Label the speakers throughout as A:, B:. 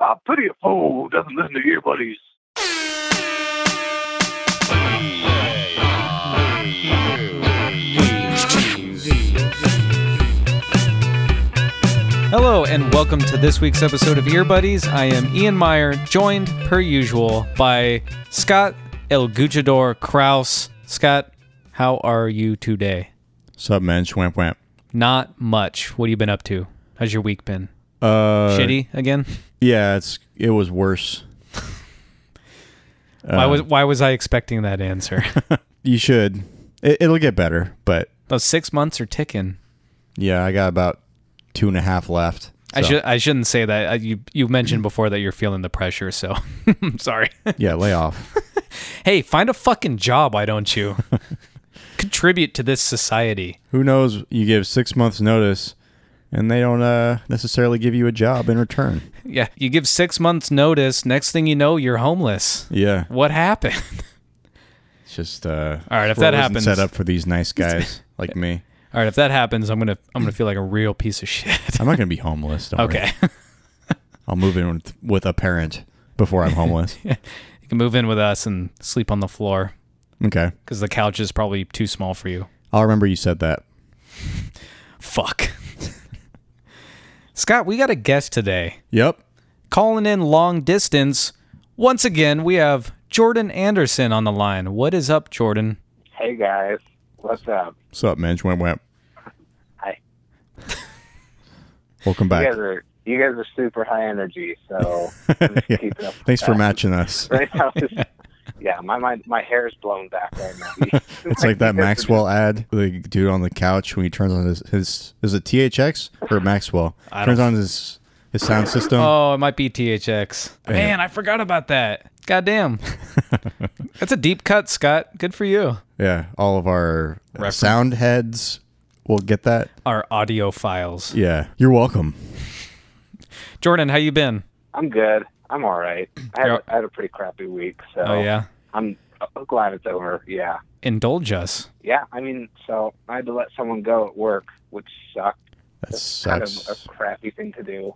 A: I pity a fool who doesn't listen to your buddies.
B: Hello, and welcome to this week's episode of Ear Buddies. I am Ian Meyer, joined per usual by Scott El Guchador Kraus. Scott, how are you today?
C: Sup, man? Schwamp wamp.
B: Not much. What have you been up to? How's your week been?
C: Uh,
B: Shitty again?
C: Yeah, it's it was worse. Uh,
B: why was why was I expecting that answer?
C: You should. It, it'll get better, but
B: Those six months are ticking.
C: yeah, I got about two and a half left.
B: I
C: so,
B: should I shouldn't say that. Uh, You you mentioned before that you're feeling the pressure, so I'm sorry.
C: Yeah, lay off.
B: hey, find a fucking job, why don't you? Contribute to this society.
C: Who knows? You give six months notice, and they don't uh, necessarily give you a job in return.
B: Yeah, you give six months notice. Next thing you know, you're homeless.
C: Yeah,
B: What happened?
C: it's just uh,
B: All right, if
C: we're-
B: that
C: wasn't
B: happens-
C: set up for these nice guys like me.
B: All right, if that happens, I'm gonna I'm gonna feel like a real piece of shit.
C: I'm not gonna be homeless. Don't worry.
B: Okay,
C: I'll move in with, with a parent before I'm homeless.
B: you can move in with us and sleep on the floor
C: Okay,
B: because the couch is probably too small for you.
C: I'll remember you said that.
B: Fuck. Scott, we got a guest today
C: Yep.
B: calling in long distance. Once again, we have Jordan Anderson on the line. What is up, Jordan?
D: Hey guys, what's up?
C: Sup, man? Schwamp wamp.
D: Hi.
C: Welcome
D: You
C: back.
D: guys are you guys are super high energy, so I'm just
C: Yeah.
D: keeping up. with
C: Thanks for
D: that.
C: matching us.
D: Right now, it's- yeah, my my my hair's blown back right now.
C: It's like that Maxwell ad, the dude on the couch when he turns on his his is it THX or Maxwell
B: I
C: turns
B: don't-
C: on his his sound system.
B: Oh, it might be THX. Man, I forgot about that. Goddamn. That's a deep cut, Scott. Good for you.
C: Yeah, all of our uh,
B: Reference.
C: sound heads will get that.
B: Our audio files.
C: Yeah, you're welcome.
B: Jordan, how you been?
D: I'm good. I'm all right. I had,
B: Yeah.
D: I had a pretty crappy week, so
B: Oh yeah.
D: I'm I'm glad it's over. Yeah,
B: Indulge us.
D: yeah. I mean, so I had to let someone go at work, which sucked.
C: That
D: That's kind of
C: sucks.
D: a crappy thing to do.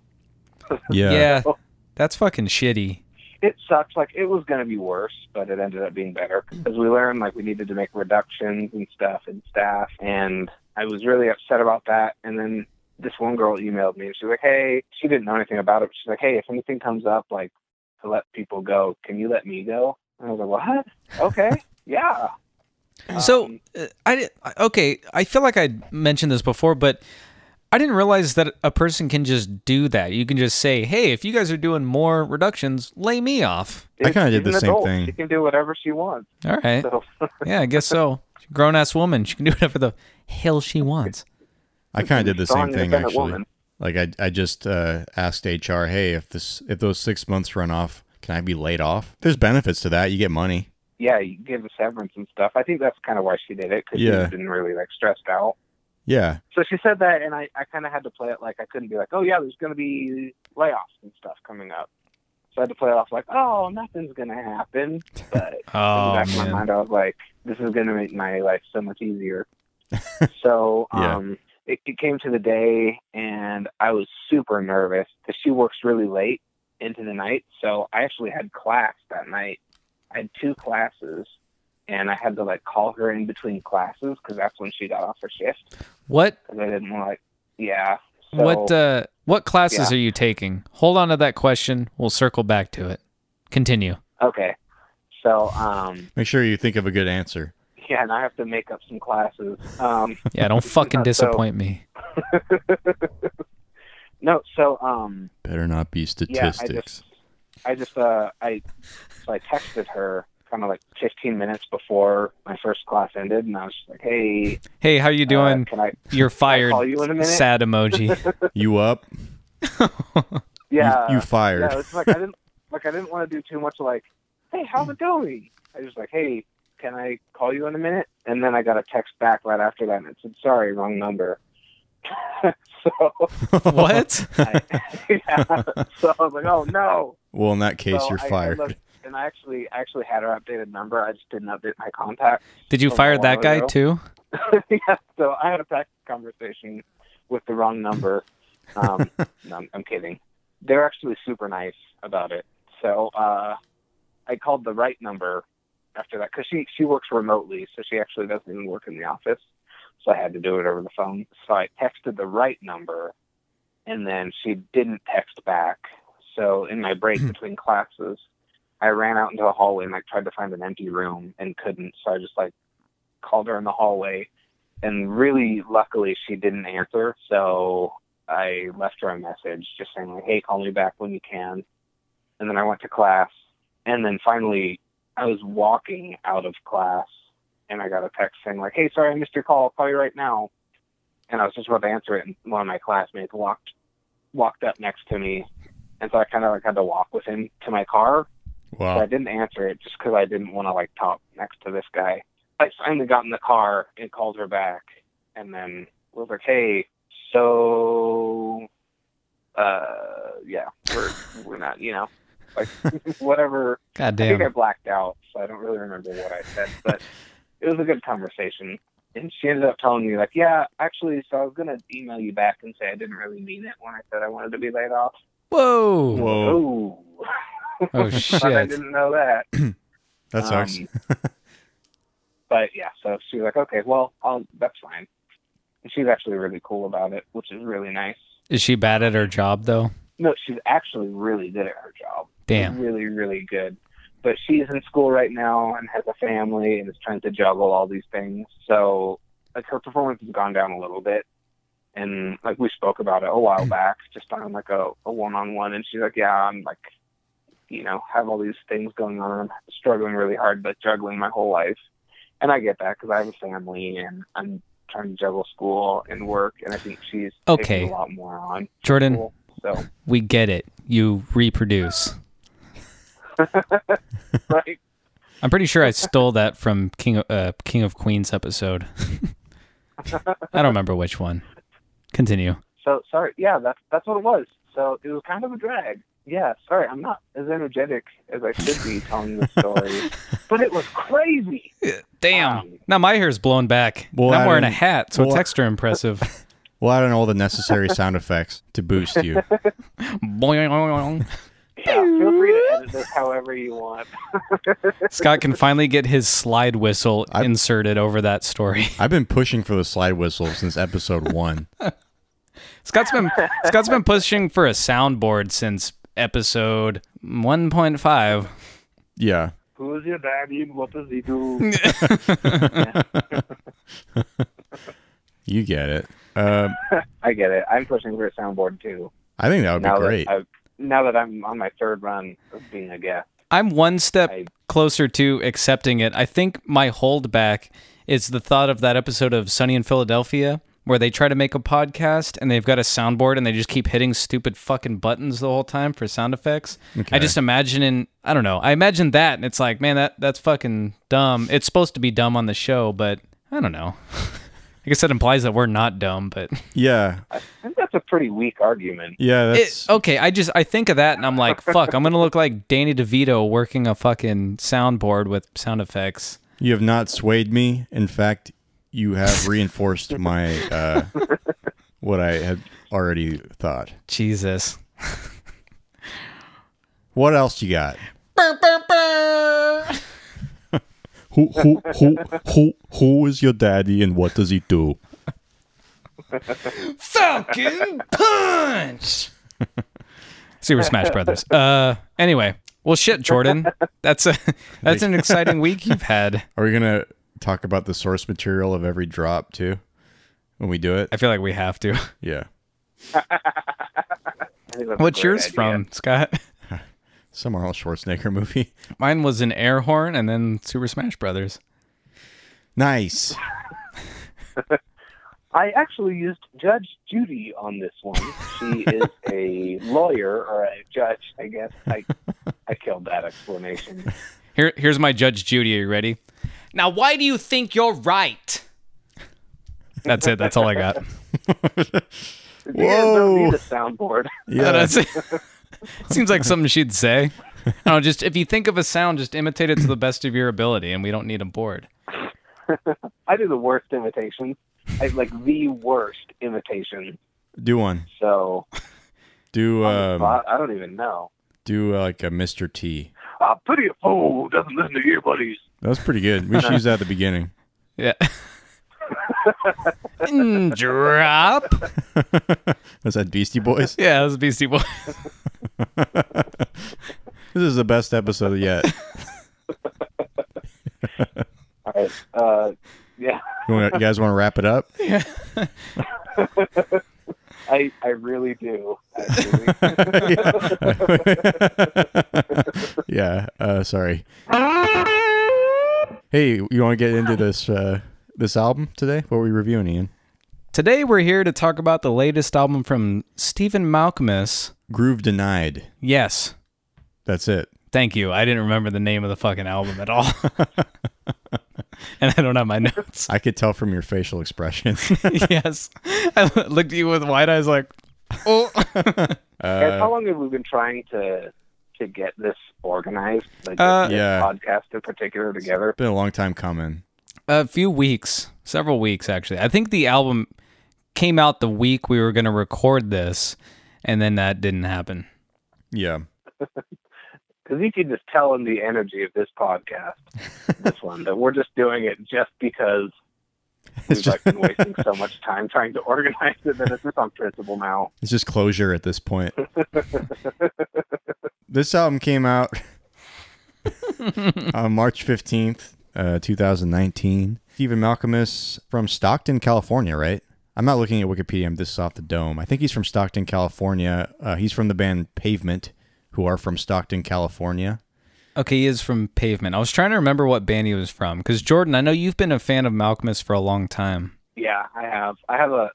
C: Yeah,
B: Yeah. Oh. That's fucking shitty.
D: it sucks. Like it was going to be worse, but it ended up being better
C: Mm.
D: because we learned like we needed to make reductions and stuff and staff. And I was really upset about that. And then this one girl emailed me and she's like, "Hey, she didn't know anything about it. But she's like, "Hey, if anything comes up, like to let people go, can you let me go?" And I was like, "What? Okay, yeah."
B: So
D: Um,
B: uh, I di- I- okay, I feel like I mentioned this before, but I didn't realize that a person can just do that. You can just say, "Hey, if you guys are doing more reductions, lay me off."
C: I kinda did
D: she's
C: the
D: an
C: same
D: adult.
C: thing.
D: She can do whatever she wants.
B: All right.
D: So
B: Yeah, I guess so. Grown ass woman, she can do whatever the hell she wants.
C: I kind of did the
D: strong,
C: same thing
D: independent
C: actually.
D: woman.
C: Like I I just uh, asked HR, hey, if this if those six months run off, can I be laid off? There's benefits to that. You get money.
D: yeah, you give a severance and stuff. I think that's kind of why she did it because
C: Yeah.
D: she didn't really like stressed out.
C: Yeah,
D: So she said that, and I, I kind of had to play it like I couldn't be like, oh yeah, there's going to be layoffs and stuff coming up. So I had to play it off like, oh, nothing's going to happen. But in the
B: Oh
D: back of my
B: man.
D: mind, I was like, this is going to make my life so much easier. so
C: Yeah.
D: um, it, it came to the day, and I was super nervous because she works really late into the night. So I actually had class that night. I had two classes, and I had to like call her in between classes because that's when she got off her shift
B: What
D: because I didn't like. Yeah. So,
B: what uh what classes
D: yeah.
B: are you taking? Hold on to that question. We'll circle back to it. Continue.
D: okay. So um,
C: make sure you think of a good answer.
D: yeah, and I have to make up some classes. Um,
B: Yeah, don't fucking
D: So-
B: disappoint me.
D: no, so um,
C: Better not be
D: yeah,
C: statistics.
D: I just, I just, uh, I, so I texted her kind of like 15 minutes before my first class ended, and I was just like, "Hey,
B: Hey, how you
D: uh,
B: doing?
D: can I?
B: You're fired.
D: call you in a minute?
B: Sad emoji.
C: You up?
D: Yeah,
C: You, you fired.
D: yeah. It's like I didn't like I didn't want to do too much. Like, hey, how's it going? I was like, hey, can I call you in a minute? And then I got a text back right after that, and it said, sorry, wrong number. so
B: what?
D: I, yeah. So I was like, oh no.
C: well, in that case,
D: so
C: you're
D: I- I
C: fired.
D: looked, and I actually I actually had her updated number. I just didn't update my contact.
B: Did you
D: From
B: fire
D: a
B: that
D: while
B: guy
D: ago.
B: too?
D: yeah. So I had a text conversation with the wrong number. Um, no, I'm, I'm kidding. they're actually super nice about it. So uh, I called the right number after that because she she works remotely, so she actually doesn't even work in the office. So I had to do it over the phone. So I texted the right number, and then she didn't text back. So in my break between classes, I ran out into the hallway and like tried to find an empty room and couldn't. So I just like called her in the hallway, and really luckily she didn't answer. So I left her a message just saying like, "Hey, call me back when you can." And then I went to class, and then finally I was walking out of class, and I got a text saying like, "Hey, sorry I missed your call. I'll call you right now." And I was just about to answer it, and one of my classmates walked walked up next to me, and so I kind of like had to walk with him to my car.
B: Uh,
D: So I
C: Wow.
D: didn't answer it just because I didn't want to like talk next to this guy. I finally got in the car and called her back, and then was like, "Hey, so, uh, yeah, we're we're not, you know, like whatever."
B: God
D: I think I
B: damn.
D: blacked out, so I don't really remember what I said, but it was a good conversation. And she ended up telling me like, "Yeah, actually, so I was gonna email you back and say I didn't really mean it when I said I wanted to be laid off."
B: Whoa.
C: Whoa.
D: Oh,
B: Oh,
D: I
B: shit.
D: didn't know that.
C: That sucks.
D: Um, but yeah, so she was like, okay, well, I'll, that's fine. And she's actually really cool about it, which is really nice.
B: Is she bad at her job though?
D: No, she's actually really good at her job.
B: Damn.
D: Really, really good. But she's in school right now and has a family and is trying to juggle all these things. So, like, her performance has gone down a little bit. And, like, we spoke about it a
B: Mm.
D: while back, just on, like, a, a one-on-one. And she's like, yeah, I'm, like, you know, have all these things going on. and I'm struggling really hard, but juggling my whole life. And I get that because I have a family and I'm trying to juggle school and work. And I think she's
B: Okay.
D: taking a lot more on.
B: Jordan,
D: Cool. So,
B: we get it. You reproduce.
D: right.
B: I'm pretty sure I stole that from King uh, King of Queens episode. I don't remember which one. Continue.
D: So sorry, yeah, that's that's what it was. So it was kind of a drag. Yeah, sorry, I'm not as energetic as I should be telling the story, but it was crazy.
B: Damn. Now my hair's blown back.
C: Well,
B: and I'm
C: I
B: wearing a
C: don't-
B: hat, so it's
C: well-
B: extra impressive.
C: well, I don't know all the necessary sound effects to boost you.
B: Boing.
D: Yeah, feel free to edit this however you want.
B: Scott can finally get his slide whistle
C: I-
B: inserted over that story.
C: I've been pushing for the slide whistle since episode one.
B: Scott's been Scott's been pushing for a soundboard since episode 1.5.
C: Yeah.
D: Who's your daddy? and What does he do?
C: You get it. Um,
D: I get it. I'm pushing for a soundboard too.
C: I think that would
D: now
C: be great.
D: that I've, now that I'm on my third run of being a guest.
B: I'm one step
D: I-
B: closer to accepting it. I think my holdback is the thought of that episode of Sunny in Philadelphia where they try to make a podcast and they've got a soundboard and they just keep hitting stupid fucking buttons the whole time for sound effects. I just imagine in I don't know. I imagine that and it's like, man, that that's fucking dumb. It's supposed to be dumb on the show, but I don't know. I guess that implies that we're not dumb, but
C: yeah.
D: I think that's a pretty weak argument.
C: Yeah.
B: it,
C: That's.
B: okay, I just I think of that and I'm like, fuck, I'm gonna look like Danny DeVito working a fucking soundboard with sound effects.
C: You have not swayed me. In fact, you have reinforced my uh, what I had already thought.
B: Jesus.
C: What else you got? who, who, who, who, who is your daddy and what does he do?
B: Falcon punch. Super Smash Brothers. Uh, anyway, well, shit, Jordan, that's a that's an exciting week you've had.
C: Are we gonna talk about the source material of every drop too when we do it?
B: I feel like we have to.
C: Yeah.
D: I think that's a
B: What's
D: great
B: yours
D: idea.
B: from, Scott?
C: Some Arnold Schwarzenegger movie.
B: Mine was an air horn and then Super Smash Brothers.
C: Nice.
D: I actually used Judge Judy on this one. She is a lawyer or a judge, I guess. I I killed that explanation.
B: Here, here's my Judge Judy. Are you ready? Now, why do you think you're right? That's it. That's all I got.
D: You guys don't
C: Whoa.
D: need a soundboard.
C: Yeah.
B: That's it. Seems like something she'd say. I don't know, just if you think of a sound, just imitate it to the best of your ability, and we don't need a board.
D: I do the worst imitation. I like the worst imitation.
C: do one.
D: So
C: Do um,
D: I, I don't even know.
C: do uh, like a Mr. T.
A: I pity a fool who doesn't listen to your buddies.
C: That was pretty good. We should use that at the beginning.
B: Yeah. Mm, Drop.
C: was that Beastie Boys?
B: Yeah, that was Beastie Boys.
C: This is the best episode yet.
D: All right. Uh, yeah.
C: You, wanna, you guys want to wrap it up?
B: Yeah.
D: I I really do.
C: Uh,
D: Actually.
C: yeah. Uh, sorry. Hey, you want to get into this uh, this album today? What are we reviewing, Ian?
B: Today we're here to talk about the latest album from Stephen Malcolmus.
C: Groove Denied.
B: Yes.
C: That's it.
B: Thank you. I didn't remember the name of the fucking album at all. and I don't have my notes.
C: I could tell from your facial expression.
B: yes. I looked at you with wide eyes like, oh.
C: Uh,
D: Guys, how long have we been trying to to get this organized? Like
B: Uh,
D: this
C: Yeah.
D: podcast in particular together.
C: Been a long time coming.
B: a few weeks, several weeks actually. I think the album came out the week we were going to record this, and then that didn't happen.
C: Yeah.
D: Because you can just tell in the energy of this podcast, this one, that we're just doing it just because we've
C: It's just,
D: like, been wasting so much time trying to organize it that it's just on principle now.
C: it's just closure at this point. this album came out on March 15th, uh, 2019. Stephen Malcolmus from Stockton, California, right? I'm not looking at Wikipedia. I'm just off the dome. I think he's from Stockton, California. Uh, he's from the band Pavement, who are from Stockton, California.
B: Okay, he is from Pavement. I was trying to remember what band he was from because Jordan, I know you've been a fan of Malcolmus for a long time.
D: Yeah, I have. I have a.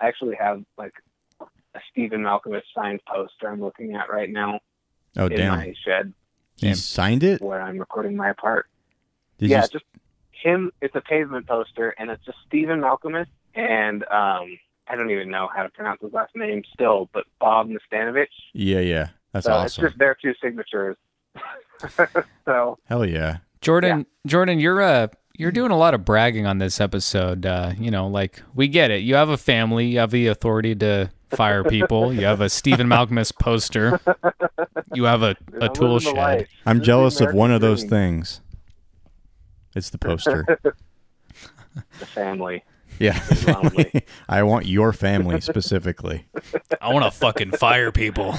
D: I actually have like a Stephen Malcolmus signed poster I'm looking at right now
C: Oh,
D: in
C: damn.
D: my shed
C: He
B: Damn.
C: signed it?
D: where I'm recording my part.
C: Did
D: yeah,
C: you-
D: just him. It's a pavement poster, and it's just Stephen Malcolmus and um, I don't even know how to pronounce his last name still, but Bob Nastanovich.
C: yeah, yeah. That's
D: so
C: awesome.
D: Uh, It's just their two signatures. so
C: Hell yeah.
B: Jordan, Jordan, you're uh, you're doing a lot of bragging on this episode. Uh, you know, like we get it. You have a family. You have the authority to fire people. you have a Stephen Malcolmus poster. You have a,
D: you know,
B: a tool
D: living the
B: shed.
D: life.
C: I'm
D: This is the
C: jealous of
D: American
C: one of those
D: dream,
C: things. It's the poster.
D: The family.
C: Yeah.
D: Lonely.
C: I want your family specifically.
B: I want to fucking fire people.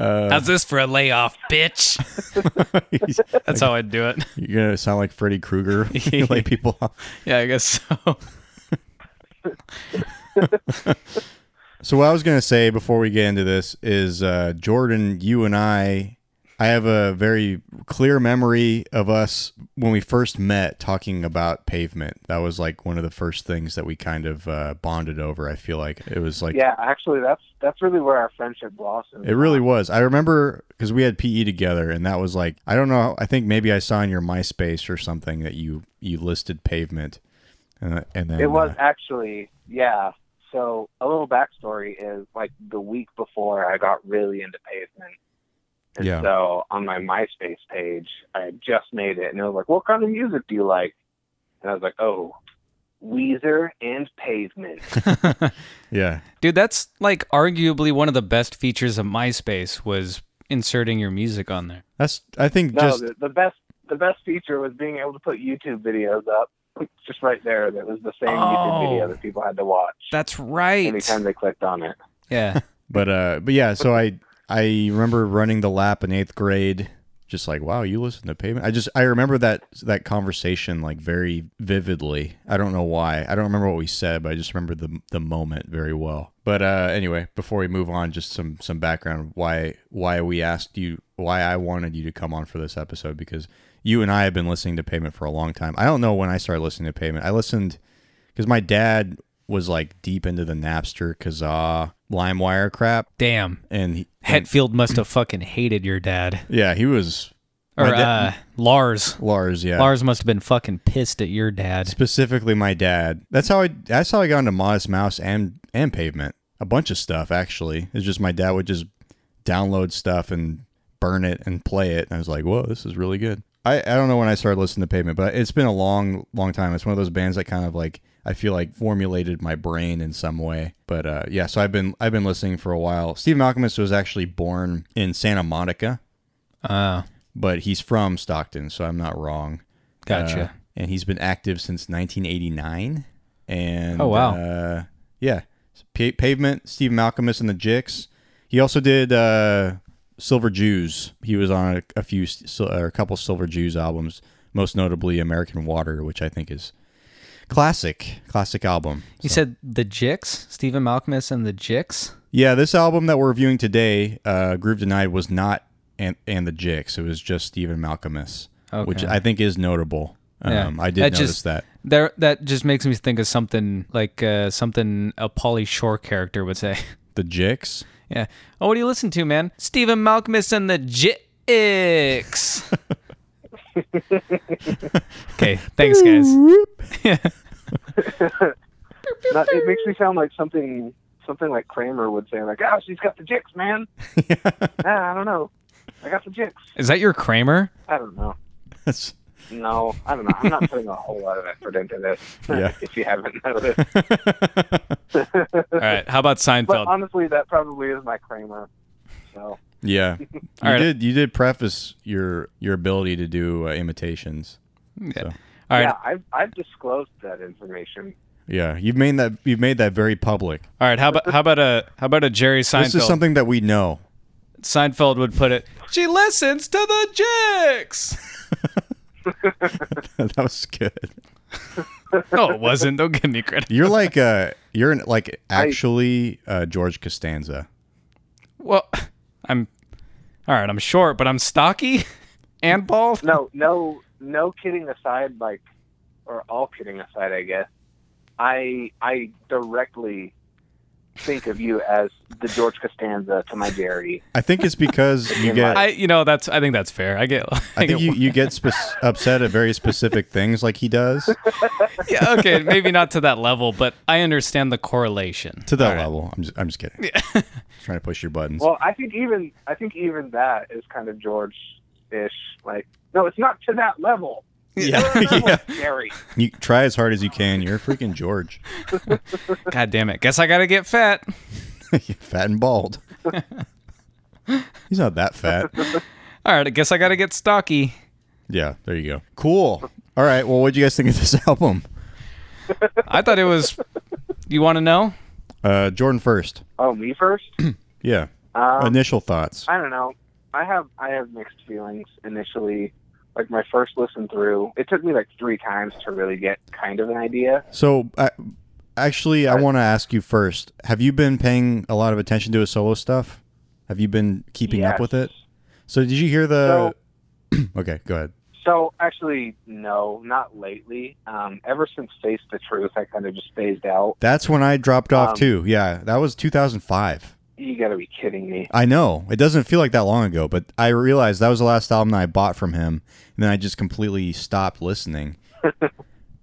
C: Uh,
B: How's this for a layoff, bitch? That's how I'd do it.
C: You're going to sound like Freddy Krueger. when you lay people off.
B: Yeah, I guess so.
C: So what I was going to say before we get into this is uh, Jordan, you and I I have a very clear memory of us when we first met talking about pavement. That was like one of the first things that we kind of uh, bonded over. I feel like it was like
D: Yeah, actually, that's that's really where our friendship blossomed.
C: It really was. I remember because we had PE together, and that was like I don't know. I think maybe I saw in your MySpace or something that you you listed pavement, and, and then
D: It was
C: uh,
D: actually, yeah. So a little backstory is like the week before I got really into pavement. And
C: Yeah.
D: so on my MySpace page, I had just made it, and it was like, "What kind of music do you like?" And I was like, "Oh, Weezer and Pavement."
C: yeah,
B: Dude, that's like arguably one of the best features of MySpace was inserting your music on there.
C: that's I think
D: no,
C: just
D: the, the best the best feature was being able to put YouTube videos up just right there. That was the same YouTube video
B: Oh.
D: that people had to watch
B: That's right.
D: anytime they clicked on it.
B: Yeah.
C: but uh but yeah. So I I remember running the lap in eighth grade, just like wow, you listen to pavement. I just I remember that that conversation like very vividly. I don't know why. I don't remember what we said, but I just remember the the moment very well. But uh anyway, before we move on, just some some background why why we asked you why I wanted you to come on for this episode because you and I have been listening to payment for a long time. I don't know when I started listening to payment. I listened because my dad was like deep into the Napster, Kazaa, LimeWire crap,
B: Damn.
C: and he,
B: Hetfield must have fucking hated your dad.
C: yeah, he was
B: Or
C: My da-
B: uh, Lars.
C: Lars. Yeah,
B: Lars must have been fucking pissed at your dad.
C: specifically my dad. That's how I. That's how I got into Modest Mouse and and Pavement. A bunch of stuff actually. It's just my dad would just download stuff and burn it and play it, and I was like, whoa, this is really good. I, I don't know when I started listening to Pavement, but it's been a long, long time. It's one of those bands that kind of like I feel like formulated my brain in some way. But uh, yeah, so I've been I've been listening for a while. Steve Malcolmus was actually born in Santa Monica,
B: Uh,
C: but he's from Stockton, so I'm not wrong.
B: gotcha.
C: Uh, and he's been active since 1989. And
B: Oh, wow.
C: uh, yeah, P- Pavement, Steve Malcolmus, and the Jicks. He also did uh, Silver Jews. He was on a, a few s- or a couple Silver Jews albums, most notably American Water, which I think is classic, classic album.
B: you said the Jicks, Stephen Malcolmus and the Jicks.
C: Yeah, this album that we're reviewing today, uh, Groove Denied, was not and and the Jicks. It was just Stephen Malcolmus, which
B: Okay.
C: I think is notable.
B: Yeah.
C: Um, I did
B: That
C: notice
B: just-
C: that.
B: There, that just makes me think of something like uh, something a Polly Shore character would say.
C: The Jicks.
B: yeah. Oh, what do you listen to, man? Stephen Malcolmus and the Jicks. okay. Thanks, guys.
D: No, it makes me sound like something something like Kramer would say, like, "Oh, she's got the jicks, man." ah, I don't know. I got the jicks.
B: Is that your Kramer?
D: I don't know.
C: That's
D: No, I don't know. I'm not putting a whole lot of effort into this.
C: Yeah.
D: if you haven't noticed,
B: All right. How about
D: but
B: Seinfeld?
D: honestly, that probably is my Kramer. So
C: yeah. You
B: right.
C: did you did preface your your ability to do uh, imitations.
B: All right.
D: yeah, I've I've disclosed that information.
C: Yeah, you've made that you've made that very public.
B: All right. How about how about a how about a Jerry Seinfeld?
C: This is something that we know.
B: Seinfeld would put it. She listens to the Jicks.
C: that was good.
B: No, it wasn't. Don't give me credit.
C: You're like uh you're an, like actually uh, George Costanza.
B: Well, I'm all right. I'm short, but I'm stocky and bald.
D: No, no, no. Kidding aside, like, or all kidding aside, I guess. I I directly think of you as the George Costanza to my Jerry.
C: I think it's because you get
B: I, you know, that's. I think that's fair. I get. I,
C: I
B: get,
C: think you, you get spec- upset at very specific things like he does
B: yeah, okay, maybe not to that level, but I understand the correlation.
C: to that level. I'm just, I'm just kidding. Trying to push your buttons.
D: Well, I think even I think even that is kind of George-ish. Like, no, it's not to that level.
C: yeah. yeah.
D: Jerry.
C: You try as hard as you can. You're freaking George.
B: God damn it! Guess I gotta get fat.
C: fat and bald. He's not that fat.
B: All right, I guess I gotta get stocky.
C: Yeah, there you go. Cool. All right. Well, what do you guys think of this album?
B: I thought it was. You want to know?
C: Uh, Jordan first.
D: Oh, me first.
C: Yeah.
D: Um,
C: Initial thoughts.
D: I don't know. I have I have mixed feelings initially. Like my first listen through, it took me like three times to really get kind of an idea.
C: So, I, actually, I want to ask you first. Have you been paying a lot of attention to his solo stuff? Have you been keeping up
D: Yes.
C: with it? So, did you hear the? okay, go ahead.
D: So actually, no, not lately. Um, ever since Face the Truth, I kind of just phased out.
C: That's when I dropped off
D: Um,
C: too. Yeah, that was 2005.
D: You got to be kidding me.
C: I know it doesn't feel like that long ago, but I realized that was the last album that I bought from him, and then I just completely stopped listening,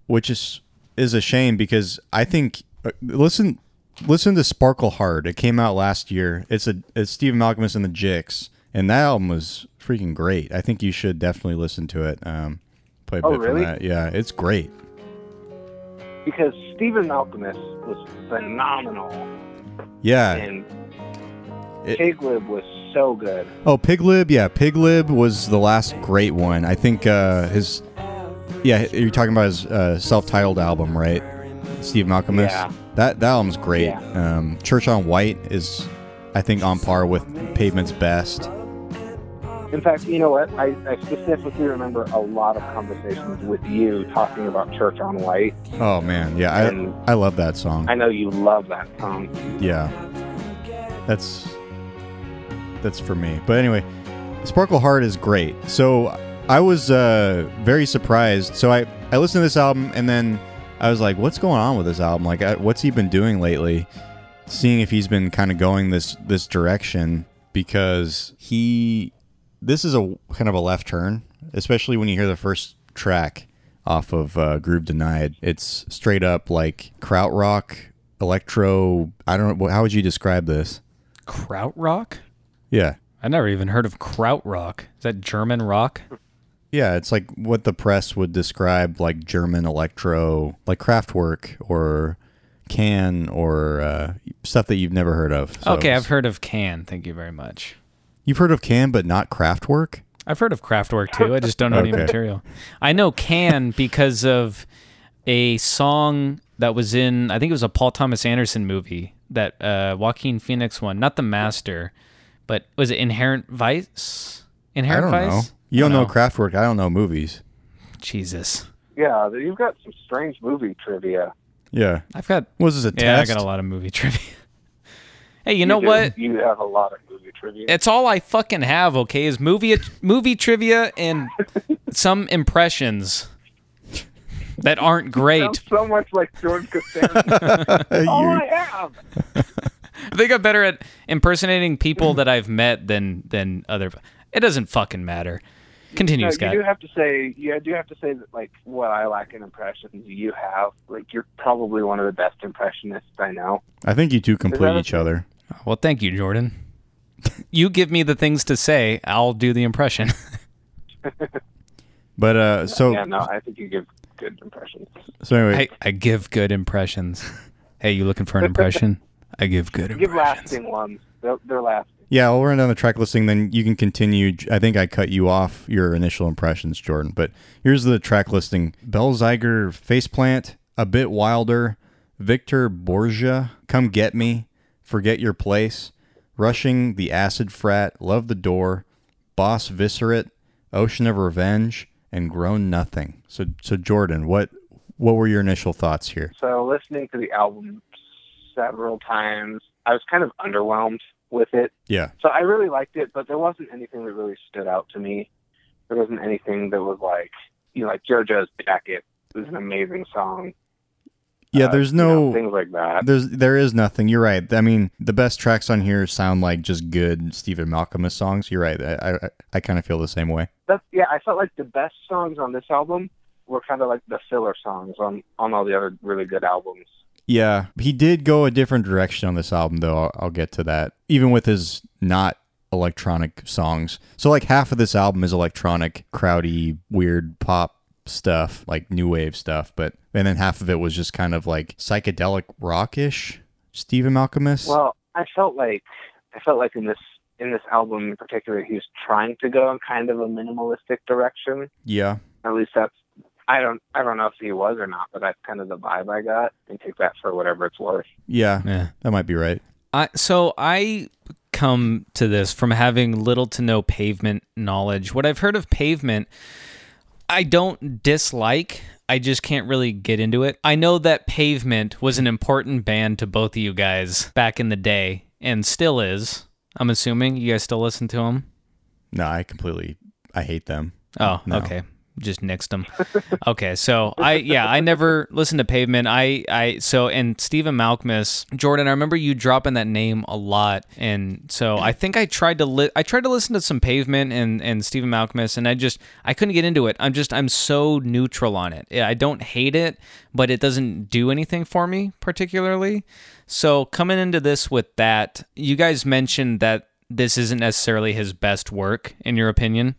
C: which is is a shame because I think uh, listen listen to Sparkle Hard. It came out last year. It's a it's Steve Malcolmus and the Jicks, and that album was freaking great. I think you should definitely listen to it. Um, play a
D: Oh,
C: bit
D: really?
C: from that. Yeah, it's great.
D: Because Stephen Malcolmus was phenomenal,
C: Yeah.
D: and
C: It-
D: Caleb was so good.
C: Oh, Piglib. Yeah, Piglib was the last great one. I think uh, his. Yeah, you're talking about his uh, self-titled album, right? Steve Malcolmus.
D: Yeah.
C: That that album's great. Um, Church on White is, I think, on par with Pavement's best.
D: In fact, you know what? I, I specifically remember a lot of conversations with you talking about Church on White,
C: Oh man, yeah,
D: and
C: I I love that song.
D: I know you love that song.
C: Yeah, that's that's for me. But anyway, Sparkle Heart is great. So I was uh, very surprised. So I I listened to this album and then I was like, what's going on with this album? Like, I, what's he been doing lately? Seeing if he's been kind of going this this direction because he this is a kind of a left turn, especially when you hear the first track off of uh, Groove Denied. It's straight up like krautrock, electro. I don't know how would you describe this.
B: Krautrock?
C: Yeah,
B: I never even heard of Krautrock. Is that German rock?
C: Yeah, it's like what the press would describe like German electro, like Kraftwerk or Can or uh, stuff that you've never heard of. So
B: okay,
C: it's-
B: I've heard of Can. Thank you very much.
C: you've heard of Can, but not Kraftwerk.
B: I've heard of Kraftwerk too. I just don't know any
C: Okay.
B: material. I know Can because of a song that was in I think it was a Paul Thomas Anderson movie that uh, Joaquin Phoenix one, not The Master, but was it Inherent Vice?
C: I
B: Inherent
C: don't know.
B: Vice?
C: You don't know
B: know.
C: Kraftwerk. I don't know movies.
B: Jesus,
D: Yeah, you've got some strange movie trivia.
C: Yeah.
B: I've got
C: Was this a
B: yeah, I
C: test?
B: got a lot of movie trivia. hey, you know
D: do.
B: what?
D: You have a lot of movie trivia.
B: It's all I fucking have. Okay, is movie movie trivia and some impressions that aren't great.
D: Sounds so much like George Costanza.
C: Uh,
D: all
C: you-
D: I have.
B: I think I'm better at impersonating people that I've met than than other. It doesn't fucking matter. Continue,
D: No,
B: Scott.
D: you do have to say, you do have to say that, like, what I lack in impressions, you have. Like, you're probably one of the best impressionists I know.
C: I think you two complete
D: a
C: each other.
B: Well, thank you, Jordan. You give me the things to say. I'll do the impression.
C: But uh, so
D: Yeah, no, I think you give good impressions.
C: so anyway,
B: I, I give good impressions. Hey, you looking for an impression? I give good
D: Give
B: impressions.
D: lasting ones. They're, they're lasting.
C: yeah, I'll run down the track listing. Then you can continue. J- I think I cut you off your initial impressions, Jordan. But here's the track listing: Belziger, Faceplant, A Bit Wilder, Victor Borgia, Come Get Me, Forget Your Place, Rushing, The Acid Frat, Love the Door, Boss Viscerate, Ocean of Revenge, and Grown Nothing. So so Jordan, what what were your initial thoughts here?
D: So, listening to the album several times, I was kind of underwhelmed with it.
C: Yeah.
D: So I really liked it, but there wasn't anything that really stood out to me. There wasn't anything that was like, you know, like JoJo's Jacket was an amazing song.
C: Yeah,
D: Uh,
C: there's
D: you know,
C: no
D: things like that.
C: There's there is nothing. You're right. I mean, the best tracks on here sound like just good Stephen Malcolmus songs. You're right. I I, I kind of feel the same way.
D: That's yeah. I felt like the best songs on this album were kind of like the filler songs on on all the other really good albums.
C: Yeah, he did go a different direction on this album, though. I'll, I'll get to that. Even with his not electronic songs, so like half of this album is electronic, crowdy, weird pop stuff, like new wave stuff. But and then half of it was just kind of like psychedelic rockish Stephen Malcolmus.
D: Well, I felt like I felt like in this in this album in particular, he was trying to go in kind of a minimalistic direction.
C: yeah,
D: At least that's I don't I don't know if he was or not, but that's kind of the vibe I got. And take that for whatever it's worth.
C: yeah,
B: Yeah.
C: that might be right.
B: I so I come to this from having little to no pavement knowledge. What I've heard of pavement, I don't dislike. I just can't really get into it. I know that Pavement was an important band to both of you guys back in the day and still is. I'm assuming you guys still listen to them.
C: No, I completely. I hate them.
B: Oh,
C: No.
B: okay. Just nixed them. okay, so I yeah I never listened to Pavement. I I so and Stephen Malkmus, Jordan. I remember you dropping that name a lot, and so I think I tried to li- I tried to listen to some Pavement and and Stephen Malkmus, and I just I couldn't get into it. I'm just I'm so neutral on it. I don't hate it, but it doesn't do anything for me particularly. So coming into this with that, you guys mentioned that this isn't necessarily his best work in your opinion.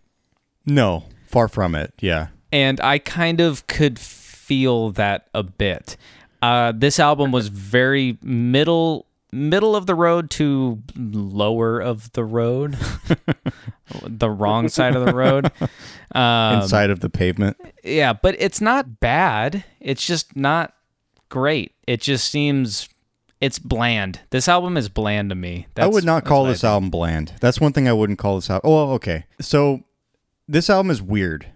C: No, far from it. Yeah.
B: and I kind of could feel that a bit. Uh, this album was very middle middle of the road to lower of the road, the wrong side of the road. Um,
C: Inside of the pavement.
B: yeah, but it's not bad. It's just not great. It just seems it's bland. This album is bland to me.
C: I would
B: That's-
C: not
B: that's
C: call
B: what I
C: this album bland. That's one thing I wouldn't call this album. Oh, okay. So this album is weird.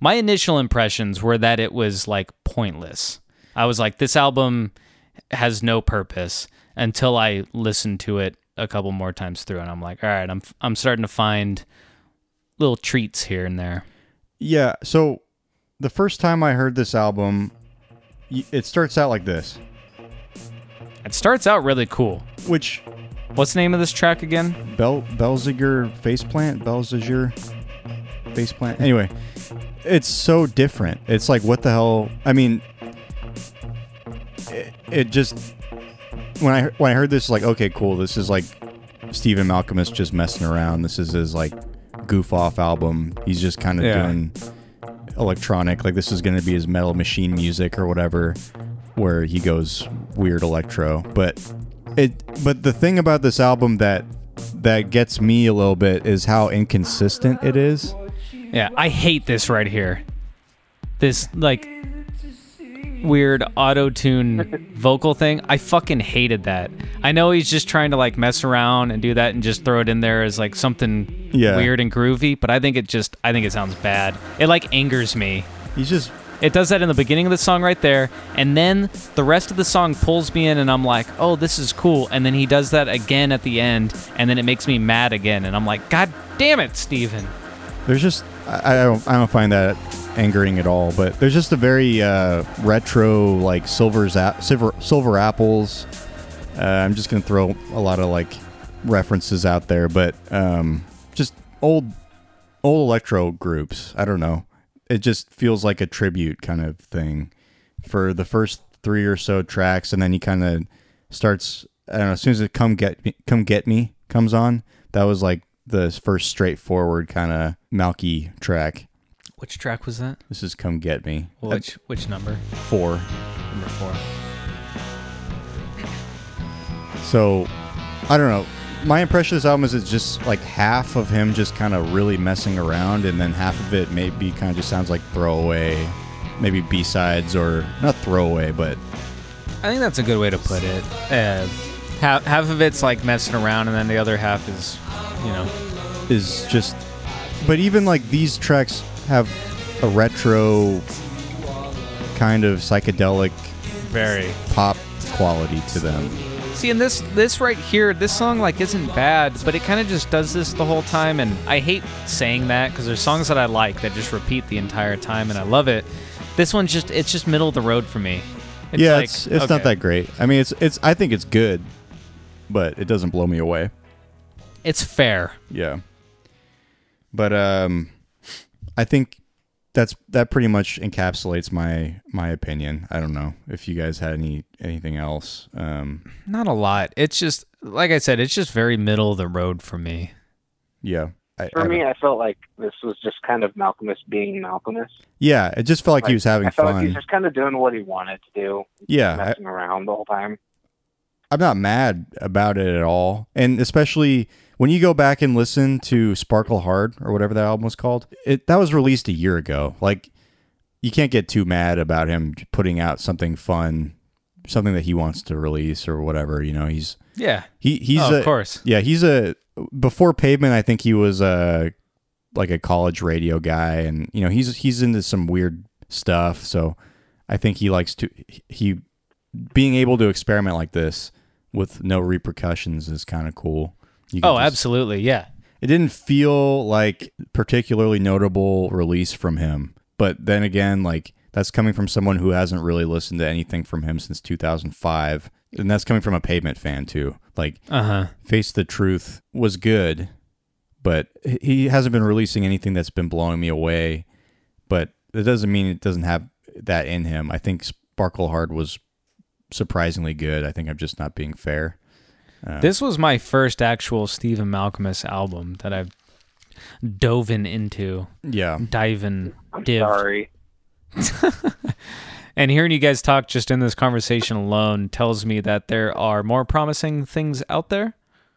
B: my initial impressions were that it was like pointless. I was like, this album has no purpose until I listened to it a couple more times through, and I'm like, all right, I'm I'm starting to find little treats here and there.
C: Yeah. So the first time I heard this album, y- it starts out like this,
B: It starts out really cool.
C: which
B: What's the name of this track again?
C: Bel Belziger faceplant, Belziger faceplant. Anyway, it's so different. It's like what the hell? I mean, it, it just when I when I heard this, like okay, cool. This is like Stephen Malcolmus just messing around. This is his like goof off album. He's just kind of
B: Yeah.
C: doing electronic, like this is going to be his metal machine music or whatever, where he goes weird electro. But it, but the thing about this album that that gets me a little bit is how inconsistent it is.
B: Yeah, I hate this right here. This like weird auto tune vocal thing. I fucking hated that. I know he's just trying to like mess around and do that and just throw it in there as like something
C: Yeah.
B: weird and groovy, but I think it just I think it sounds bad. It like angers me.
C: He's just
B: It does that in the beginning of the song right there, and then the rest of the song pulls me in, and I'm like, oh, this is cool. And then he does that again at the end, and then it makes me mad again, and I'm like, god damn it, Steven.
C: There's just I, I don't I don't find that angering at all, but there's just a very uh, retro like silver's a- silver silver apples. Uh, I'm just gonna throw a lot of like references out there, but um, just old old electro groups. I don't know. It just feels like a tribute kind of thing for the first three or so tracks, and then he kind of starts. I don't know. As soon as it come get me, come get me comes on, that was like the first straightforward kind of Malky track.
B: Which track was that?
C: This is come get me.
B: Which which number?
C: At four.
B: Number four.
C: So I don't know. My impression of this album is it's just like half of him just kind of really messing around, and then half of it maybe kind of just sounds like throwaway, maybe B sides or not throwaway, but
B: I think that's a good way to put it. Uh, half, half of it's like messing around, and then the other half is, you know,
C: is just but even like these tracks have a retro kind of psychedelic
B: very.
C: pop quality to them
B: See, and this this right here, this song like isn't bad, but it kind of just does this the whole time, and I hate saying that because there's songs that I like that just repeat the entire time, and I love it. This one's just it's just middle of the road for me. It's
C: yeah
B: like,
C: it's, it's not
B: okay.
C: that great i mean it's it's i think it's good but it doesn't blow me away
B: It's fair.
C: yeah but um i think that's that pretty much encapsulates my my opinion i don't know if you guys had any anything else um
B: Not a lot. It's just like I said, it's just very middle of the road for me.
C: yeah I,
D: For
C: I
D: me,
C: don't-
D: I felt like this was just kind of Malcolmus being Malcolmus.
C: yeah it just felt like, he was having
D: I felt
C: fun Uh-huh.
D: like he's just kind of doing what he wanted to do,
C: yeah I-
D: messing around the whole time.
C: I'm not mad about it at all. And especially when you go back and listen to Sparkle Hard or whatever that album was called, it that was released a year ago. Like you can't get too mad about him putting out something fun, something that he wants to release or whatever. You know, he's
B: Yeah.
C: he he's
B: Oh,
C: a,
B: of course.
C: yeah he's a before Pavement. I think he was a like a college radio guy, and you know he's he's into some weird stuff. So I think he likes to he being able to experiment like this with no repercussions is kind of cool. You can
B: Oh,
C: just-
B: absolutely. Yeah.
C: It didn't feel like particularly notable release from him, but then again, like that's coming from someone who hasn't really listened to anything from him since 2005, and that's coming from a Pavement fan too. Like
B: Uh huh.
C: Face the Truth was good, but he hasn't been releasing anything that's been blowing me away. But that doesn't mean it doesn't have that in him. I think Sparkle Hard was surprisingly good. I think I'm just not being fair.
B: This was my first actual Stephen Malcolmus album that I've dove in into,
C: Yeah.
B: diving,
D: I'm
B: div.
D: sorry.
B: And hearing you guys talk just in this conversation alone tells me that there are more promising things out there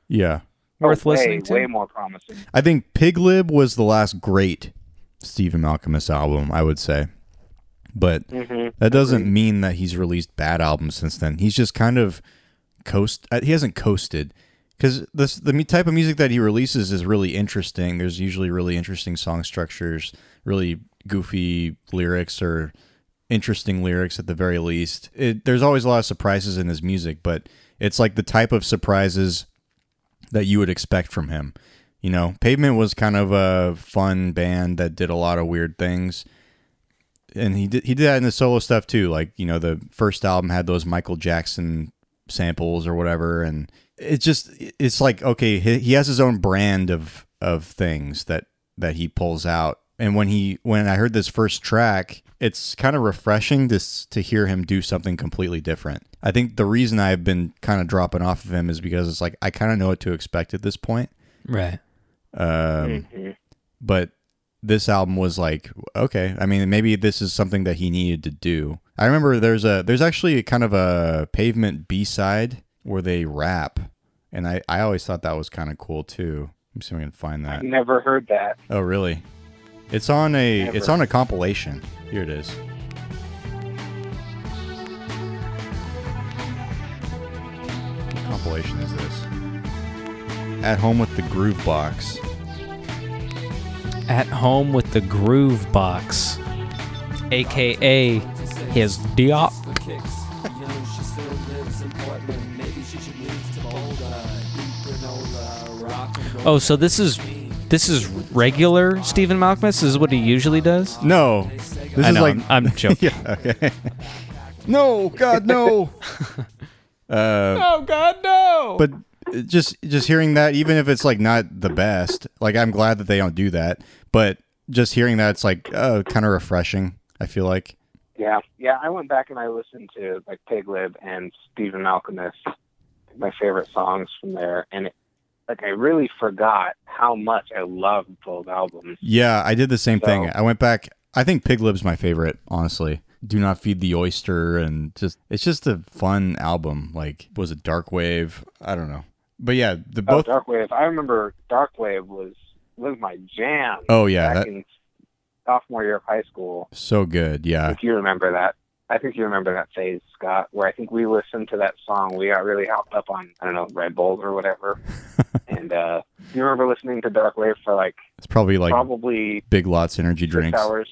C: Yeah.
B: worth
D: Oh, way,
B: listening to.
D: Way more promising.
C: I think Pig Lib was the last great Stephen Malcolmus album, I would say. But that doesn't mean that he's released bad albums since then. He's just kind of coast. uh, He hasn't coasted because this the me- type of music that he releases is really interesting. There's usually really interesting song structures, really goofy lyrics or interesting lyrics at the very least. It, there's always a lot of surprises in his music, but it's like the type of surprises that you would expect from him. You know, Pavement was kind of a fun band that did a lot of weird things. And he did he did that in the solo stuff too. Like, you know, the first album had those Michael Jackson samples or whatever and it's just it's like okay, he, he has his own brand of of things that that he pulls out. And when he when I heard this first track, it's kind of refreshing to s- to hear him do something completely different. I think the reason I've been kind of dropping off of him is because it's like I kind of know what to expect at this point
D: Hmm. Mm-hmm.
B: Right.
C: um, but this album was like okay i mean maybe this is something that he needed to do i remember there's a there's actually kind of a pavement b-side where they rap and i i always thought that was kind of cool too let me see if i can find
D: I
C: that
D: never heard that.
C: oh really it's on a it's
D: Never.
C: on a compilation here it is what compilation is this at home with the groove box
B: At home with the groove box, aka his diop. Oh, so this is this is regular Stephen Malkmus. This is what he usually does.
C: No, this
B: I
C: is
B: know.
C: like
B: I'm, I'm joking.
C: yeah. Okay. no, God, no. uh,
B: Oh God, no!
C: but just just hearing that, even if it's like not the best, like I'm glad that they don't do that. But just hearing that, it's like uh, kind of refreshing. I feel like
D: Yeah, yeah. I went back and I listened to like Pig Lib and Stephen Malcolmus, my favorite songs from there, and it, like I really forgot how much I loved both albums.
C: yeah, I did the same thing.
D: So-
C: I went back. I think Pig Lib's my favorite, honestly. Do not feed the oyster, and just it's just a fun album. Like was it Dark Wave? I don't know, but yeah, the
D: Oh,
C: both.
D: Dark Wave. I remember Dark Wave was was my jam.
C: Oh yeah,
D: back
C: that,
D: in sophomore year of high school.
C: so good. Yeah,
D: if you remember that. I think you remember that phase, Scott, where I think we listened to that song. We got really hopped up on, I don't know, Red Bulls or whatever. and uh, you remember listening to Dark Wave for like,
C: It's probably like
D: probably
C: Big Lots energy
D: six
C: drinks.
D: hours.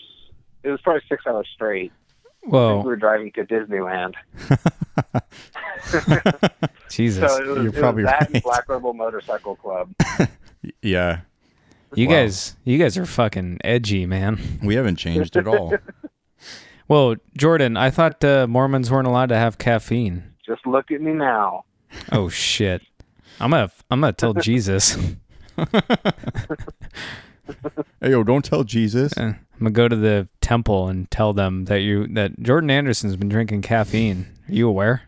D: It was probably six hours straight. I
C: Oh.
D: think we
B: Whoa,
D: were driving to Disneyland.
B: Jesus!
D: so it was,
C: you're
D: it was
C: probably
D: that and
C: right.
D: Black Rebel Motorcycle Club.
C: Yeah,
B: you
C: Wow.
B: guys, you guys are fucking edgy, man.
C: we haven't changed at all.
B: Well, Jordan, I thought uh, Mormons weren't allowed to have caffeine.
D: Just look at me now.
B: Oh shit! I'm gonna I'm gonna tell Jesus.
C: hey, yo, don't tell Jesus.
B: Uh, I'm gonna go to the temple and tell them that you that Jordan Anderson's been drinking caffeine. Are you aware?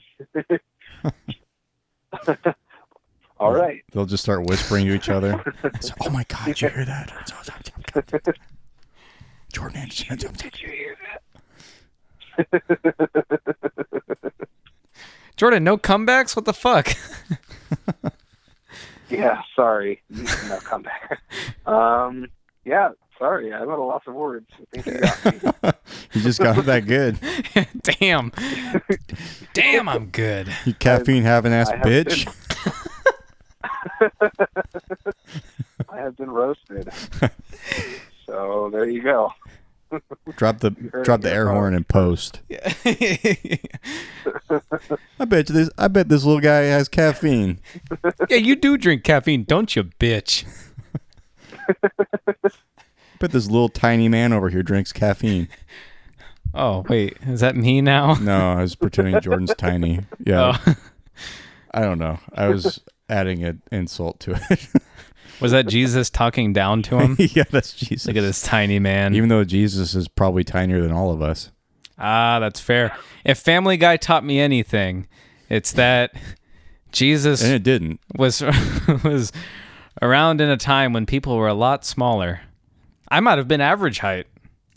D: All right.
C: They'll just start whispering to each other. It's, oh my God, did you hear that? Jordan Anderson.
D: Did you hear that?
B: Jordan, no comebacks. What the fuck?
D: Yeah, sorry. No, come back. Um, yeah, sorry. I'm at a loss of words. I think you got me.
C: You just got it that good.
B: Damn. Damn, I'm good.
C: You caffeine having ass
D: I have
C: bitch.
D: I have been roasted. so there you go.
C: Drop the
D: heard
C: drop
D: it
C: the
D: here,
C: air
D: pal.
C: horn and post.
B: yeah,
C: I bet you this. I bet this little guy has caffeine.
B: you do drink caffeine, don't you, bitch?
C: I bet this little tiny man over here drinks caffeine.
B: Oh, wait. Is that me now?
C: No, I was pretending Jordan's tiny. Yeah,
B: Oh,
C: I don't know. I was adding an insult to it.
B: was that Jesus talking down to him?
C: yeah, that's Jesus.
B: Look at this tiny man.
C: Even though Jesus is probably tinier than all of us.
B: Ah, that's fair. If Family Guy taught me anything, it's that Jesus
C: And it didn't.
B: was was around in a time when people were a lot smaller. I might have been average height.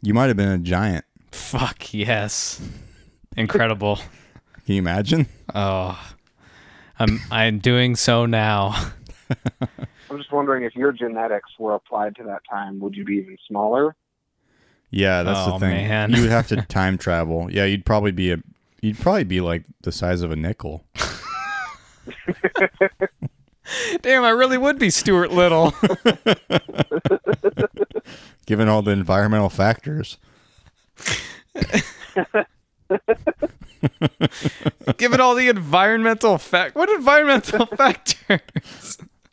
C: You might have been a giant.
B: Fuck yes. Incredible.
C: Can you imagine?
B: Oh. I'm I'm doing so now.
D: I'm just wondering if your genetics were applied to that time, would you be even smaller?
C: Yeah, that's
B: Oh,
C: the thing.
B: man.
C: You would have to time travel. Yeah, you'd probably be a you'd probably be like the size of a nickel.
B: Damn, I really would be Stuart Little.
C: Given all the environmental factors.
B: Given all the environmental fact what environmental factor?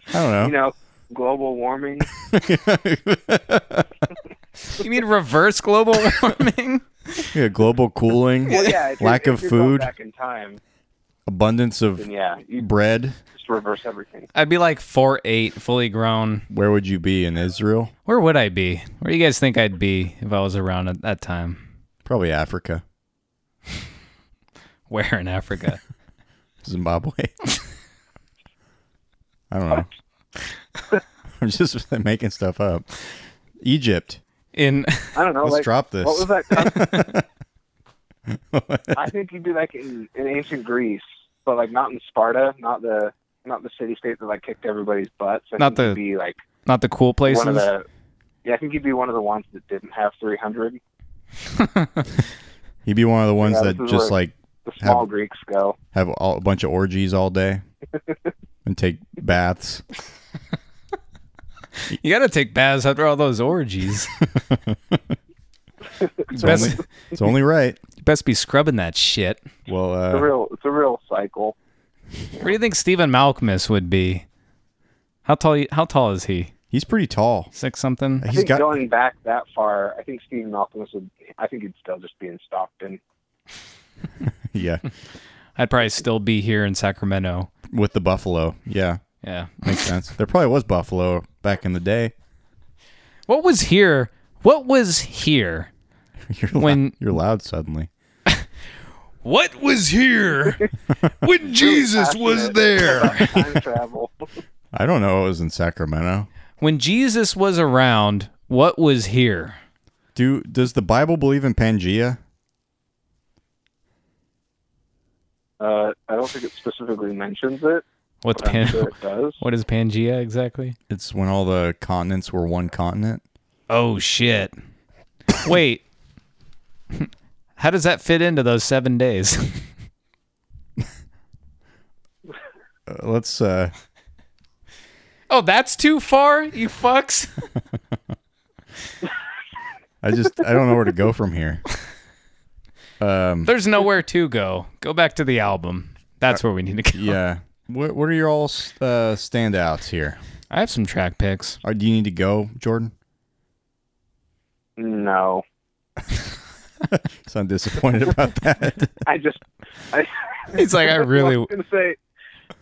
C: I don't
D: You
C: know.
D: know, global warming.
B: You mean reverse global warming?
C: yeah, global cooling,
D: Well, yeah, if you're-
C: Lack
D: if
C: of
D: you're going
C: food.
D: Back in time,
C: abundance
D: then
C: of
D: yeah, you
C: bread.
D: just reverse everything.
B: I'd be like four eight, fully grown.
C: Where would you be in Israel?
B: Where would I be? Where do you guys think I'd be if I was around at that time?
C: Probably Africa.
B: Where in Africa?
C: Zimbabwe. I don't know. I'm just making stuff up. Egypt.
B: in
D: I don't know.
C: Let's
D: Oh, like,
C: drop this.
D: What was that? country? I think you'd be like in, in ancient Greece, but like not in Sparta, not the not the city state that like kicked everybody's butts. I
B: Not
D: think you'd
B: the
D: be like
B: not the cool places.
D: one of the. Yeah, I think you'd be one of the ones that didn't have 300.
C: He'd be one of the ones
D: Yeah,
C: that
D: this is
C: just
D: where-
C: like
D: The small
C: Have-
D: Greeks go.
C: have all, a bunch of orgies all day and take baths.
B: you got to take baths after all those orgies.
C: It's only,
B: best,
C: it's only right.
B: best be scrubbing that shit.
C: Well,
D: It's a
C: uh,
D: real, it's a real cycle.
B: Where do you think Stephen Malkmus would be? How tall? How tall is he?
C: he's pretty tall.
B: Six something.
D: I
C: He's
D: think
C: got
D: going back that far, I think Stephen Malcolmus would. I think he'd still just be in Stockton.
C: yeah
B: I'd probably still be here in Sacramento.
C: with the buffalo. Yeah,
B: Yeah.
C: makes sense. There probably was buffalo back in the day.
B: What was here? What was here?
C: You're lou-
B: When-
C: you're loud suddenly.
B: What was here when Jesus was there?
D: Time travel.
C: I don't know. It was in Sacramento.
B: When Jesus was around, what was here?
C: Do does the Bible believe in Pangea?
D: Uh, I don't think it specifically mentions it,
B: What's
D: but I'm
B: Pan?
D: sure it does.
B: What is Pangea exactly?
C: It's when all the continents were one continent.
B: Oh shit! Wait, how does that fit into those seven days?
C: Uh, let's. uh
B: oh, that's too far, you fucks.
C: I just I don't know where to go from here. Um.
B: There's nowhere to go. Go back to the album. That's where we need to go.
C: Yeah. What What are your all uh, standouts here?
B: I have some track picks.
C: Or do you need to go, Jordan?
D: No,
C: So I'm disappointed about that.
D: I just. I,
B: He's like, I really-
D: was gonna say,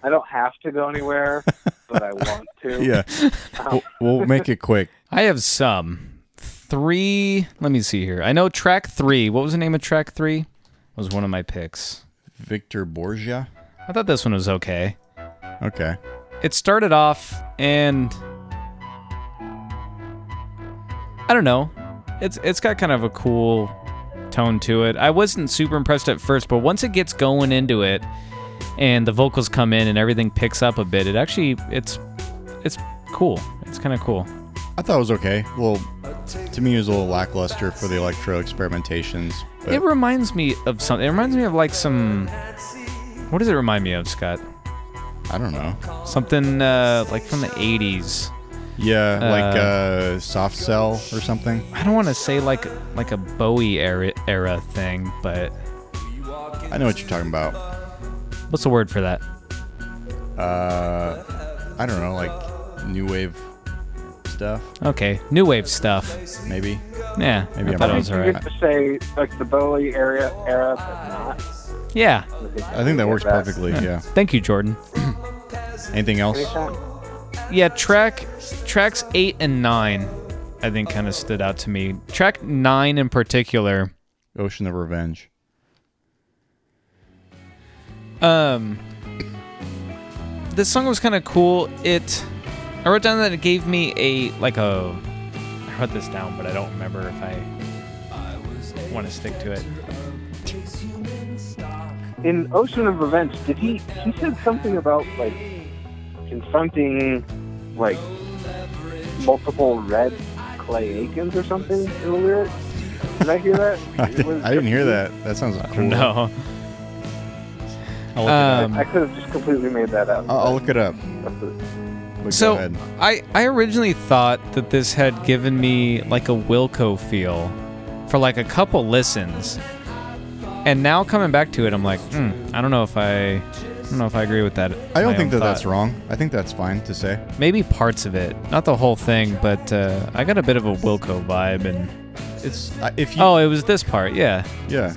D: I don't have to go anywhere, but I want to.
C: yeah. We'll, we'll make it quick.
B: I have some. Three. Let me see here. I know track three. What was the name of track three? Was one of my picks.
C: Victor Borgia.
B: I thought this one was okay.
C: Okay.
B: It started off and I don't know. It's it's got kind of a cool tone to it. I wasn't super impressed at first, but once it gets going into it and the vocals come in and everything picks up a bit, it actually it's it's cool. It's kind of cool.
C: I thought it was okay. Well, to me, it was a little lackluster for the electro experimentations. But
B: It reminds me of something. It reminds me of like some. What does it remind me of, Scott?
C: I don't know.
B: Something uh, like from the 80s.
C: Yeah, like
B: Uh,
C: uh, soft cell or something.
B: I don't want to say like like a Bowie era era thing, but
C: I know what you're talking about.
B: what's the word for that?
C: Uh, I don't know, like new wave stuff,
B: Okay, new wave stuff.
C: maybe.
B: Yeah,
C: Maybe
B: I
C: I'm
B: thought it
C: wrong.
B: was
D: You get
B: alright.
D: to say like the Bowie area era, but not.
B: Yeah,
C: I think that works
D: Yeah.
C: perfectly. Yeah.
B: thank you, Jordan.
C: Anything else?
D: Anytime.
B: Yeah, track tracks eight and nine, I think, kind of stood out to me. Track nine in particular.
C: Ocean of Revenge.
B: Um, this song was kind of cool. It, I wrote down that it gave me a like a. I wrote this down, but I don't remember if I want to stick to it.
D: in Ocean of Revenge, did he he said something about like confronting like multiple red clay Aikens or something in the lyrics? Did I hear that?
C: I, di- I didn't hear that. That sounds cool.
B: No.
C: I'll look, it up.
B: Um,
D: I could have just completely made that up.
C: I'll, I'll look it up.
D: That's it.
C: But go
B: so
C: ahead.
B: I I originally thought that this had given me like a Wilco feel for like a couple listens, and now coming back to it, I'm like, hmm, I don't know if I. I don't know if I agree with that.
C: I don't
B: my
C: think
B: own
C: that that's
B: thought.
C: wrong. I think that's fine to say.
B: maybe parts of it, not the whole thing, but uh, I got a bit of a Wilco vibe. And
C: It's I- if you
B: oh, it was this part, yeah.
C: yeah.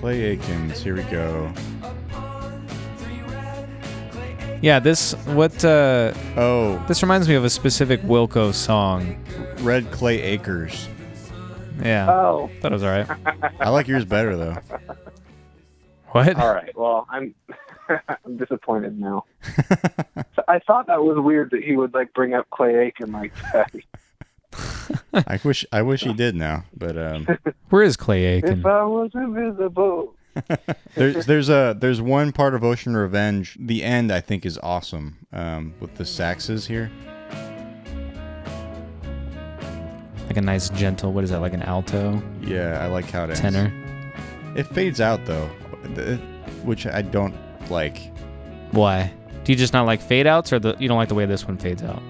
C: Clay Aikens. Here we go.
B: Yeah, this what uh,
C: Oh,
B: this reminds me of a specific Wilco song.
C: Red Clay Acres.
B: Yeah,
D: Oh,
B: thought it was all right.
C: I like yours better though.
B: What?
D: all right. Well, I'm I'm disappointed now. So I thought that was weird that he would like bring up Clay Aiken like that.
C: I wish I wish he did now, but um,
B: Where is Clay Aiken?
D: if uh, I was invisible.
C: there's there's a there's one part of Ocean Revenge. The end I think is awesome um, with the saxes here.
B: Like a nice gentle. What is that? Like an alto
C: Yeah, I like how it ends.
B: tenor.
C: It fades out though, th- which I don't like.
B: Why? Do you just not like fade outs, or the you don't like the way this one fades out?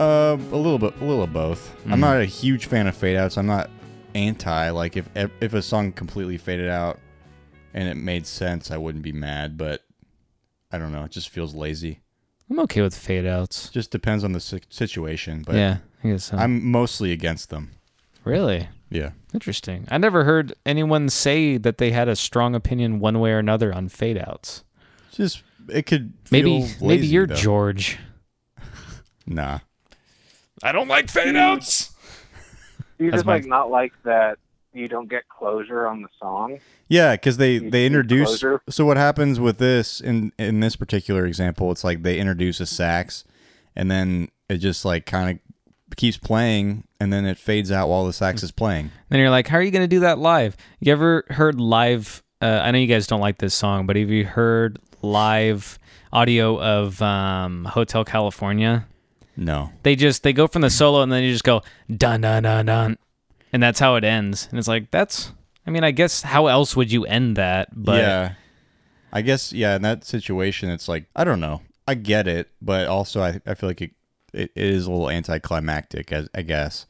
C: Uh, a little bit, a little of both.
B: Mm-hmm.
C: I'm not a huge fan of fade outs. I'm not anti. Like if if a song completely faded out and it made sense, I wouldn't be mad. But I don't know. It just feels lazy.
B: I'm okay with fade outs.
C: Just depends on the si- situation. But
B: Yeah, I guess so.
C: I'm mostly against them.
B: really
C: Yeah.
B: interesting. I never heard anyone say that they had a strong opinion one way or another on fade outs.
C: Just it could feel
B: Maybe maybe
C: lazy,
B: you're
C: though.
B: George.
C: Nah.
B: I don't like fade outs.
D: You
B: That's
D: just like
B: my-
D: not like that you don't get closure on the song.
C: Yeah, because they
D: You
C: they
D: need
C: introduce.
D: closure.
C: So what happens with this in in this particular example? It's like they introduce a sax, and then it just like kind of keeps playing, and then it fades out while the sax is playing.
B: Then you're like, how are you going to do that live? You ever heard live? Uh, I know you guys don't like this song, but have you heard live audio of um, Hotel California?
C: No,
B: They just they go from the solo and then you just go dun dun dun dun, and that's how it ends. And it's like that's. I mean, I guess how else would you end that? But
C: yeah, I guess yeah. In that situation, it's like I don't know. I get it, but also I I feel like it it is a little anticlimactic. I, I guess.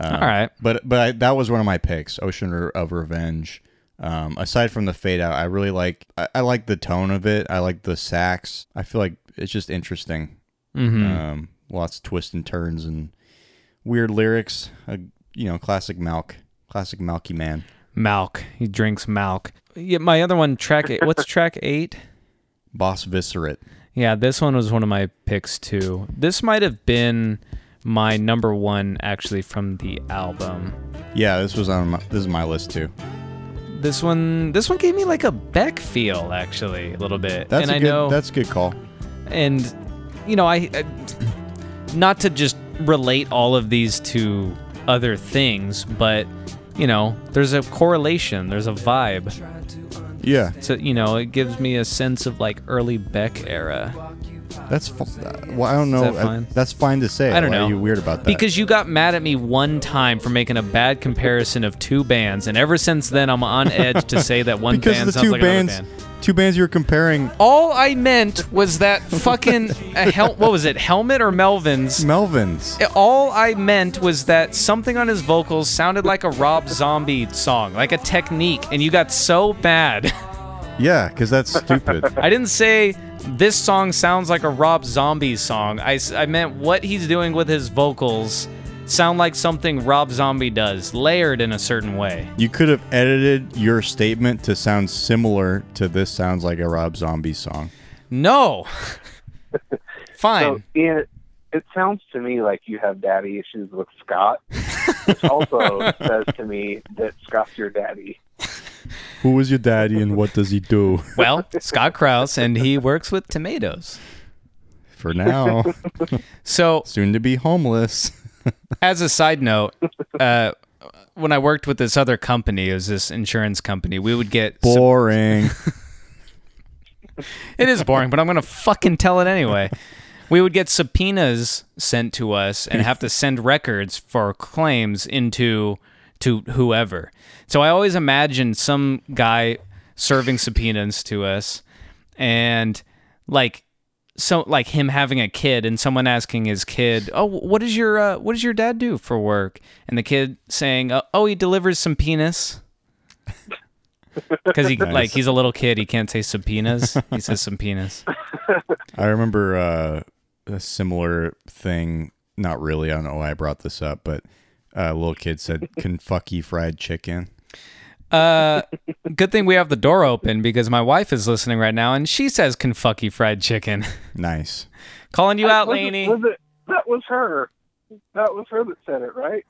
B: all right,
C: But but I, that was one of my picks, Ocean Re- of Revenge. Um, aside from the fade out, I really like I, I like the tone of it. I like the sax. I feel like it's just interesting.
B: hmm
C: Um, lots of twists and turns and weird lyrics. Uh, you know, classic Malk, classic Malky man.
B: Malk. He drinks Malk. Yeah, my other one, track eight. What's track eight?
C: Boss Viscerate.
B: Yeah, this one was one of my picks too. This might have been my number one actually from the album.
C: Yeah, this was on my, this is my list too.
B: This one, this one gave me like a Beck feel actually a little bit,
C: That's
B: and
C: a
B: I
C: good
B: know,
C: that's a good call.
B: and you know, I, I not to just relate all of these to other things, but you know, there's a correlation, there's a vibe.
C: Yeah,
B: So you know, it gives me a sense of like early Beck era
C: that's fu- uh, well, I don't know.
B: that
C: I-
B: fine?
C: that's fine to say.
B: I don't
C: Why
B: know.
C: Are you weird about that?
B: because you got mad at me one time for making a bad comparison of two bands, and ever since then I'm on edge to say that one
C: because
B: band
C: the
B: sounds
C: two
B: like
C: bands,
B: another band.
C: two bands you're comparing
B: All I meant was that fucking a hel- what was it, Helmet or Melvin's?
C: Melvins.
B: All I meant was that something on his vocals sounded like a Rob Zombie song, like a technique, and you got so bad.
C: Yeah, because that's stupid.
B: I didn't say this song sounds like a Rob Zombie song. I, s- I meant what he's doing with his vocals sound like something Rob Zombie does, layered in a certain way.
C: you could have edited your statement to sound similar to this sounds like a Rob Zombie song.
B: No.
D: So
B: Fine.
D: Ian, it sounds to me like you have daddy issues with Scott, which also says to me that Scott's your daddy.
C: Who is your daddy and what does he do?
B: well, Scott Krause, and he works with tomatoes.
C: For now,
B: So,
C: soon to be homeless.
B: as a side note, uh, when I worked with this other company, it was this insurance company, we would get. some-
C: Boring.
B: it is boring, but I'm going to fucking tell it anyway. We would get subpoenas sent to us and have to send records for claims into to whoever. So I always imagined some guy serving subpoenas to us and like so like him having a kid and someone asking his kid, "Oh, what is your uh, what does your dad do for work?" And the kid saying, "Oh, oh he delivers some penis." Because he like he's a little kid, he can't say subpoenas. He says some penis.
C: I remember uh, a similar thing. Not really. I don't know why I brought this up, but uh, a little kid said Kentucky Fried Chicken.
B: Uh, good thing we have the door open because my wife is listening right now, and she says "Kentucky Fried Chicken."
C: Nice.
B: Calling you out,
D: Was it-
B: Laney.
D: was it- that was her. That was her that said it, right?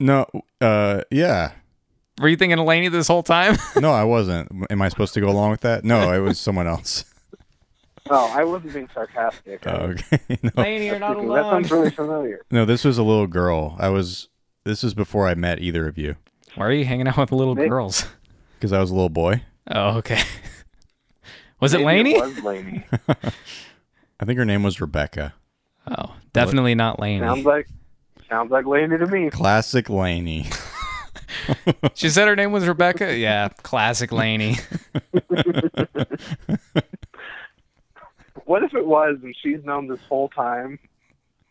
C: No, uh, yeah.
B: Were you thinking of Laney this whole time?
C: No, I wasn't. Am I supposed to go along with that? No, it was someone else.
D: No, Oh, I wasn't being sarcastic.
C: Oh, okay. No.
B: Lane,
D: That's
B: you're not
D: creepy.
B: alone.
D: That sounds really familiar.
C: no, this was a little girl. I was. This is before I met either of you
B: Why are you hanging out with little
D: Nick?
B: girls?
C: because I was a little boy.
B: Oh, okay. Was it Laney?
D: Maybe It was Laney.
C: I think her name was Rebecca.
B: Oh, definitely not
D: sounds
B: Laney.
D: like sounds like Laney to me.
C: Classic Laney.
B: She said her name was Rebecca. Yeah, classic Laney.
D: What if it was and she's known this whole time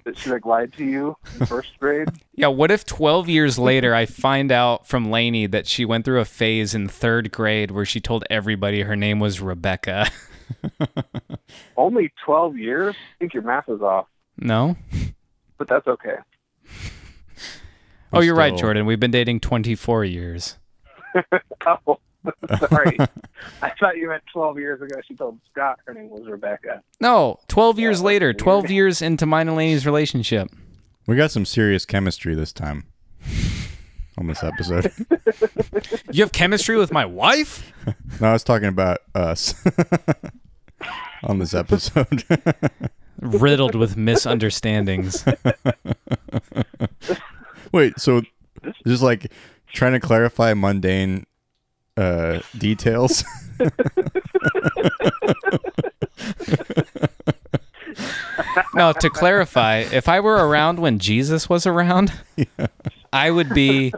D: that she like lied to you in first grade?
B: Yeah, what if 12 years later I find out from Laney that she went through a phase in third grade where she told everybody her name was Rebecca?
D: Only twelve years? I think your math is off,
B: No?
D: but that's okay.
B: Oh, you're right,
C: Still-
B: Jordan. We've been dating 24 years.
D: Oh, sorry. I thought you meant twelve years ago. She told Scott her name was Rebecca.
B: No, 12 years
D: Yeah,
B: later,
D: that's
B: 12
D: weird.
B: years into mine and Laney's relationship.
C: We got some serious chemistry this time on this episode.
B: You have chemistry with my wife?
C: no, I was talking about us on this episode.
B: Riddled with misunderstandings.
C: Wait, so just like trying to clarify mundane uh, details.
B: Now, to clarify, if I were around when Jesus was around, I would be,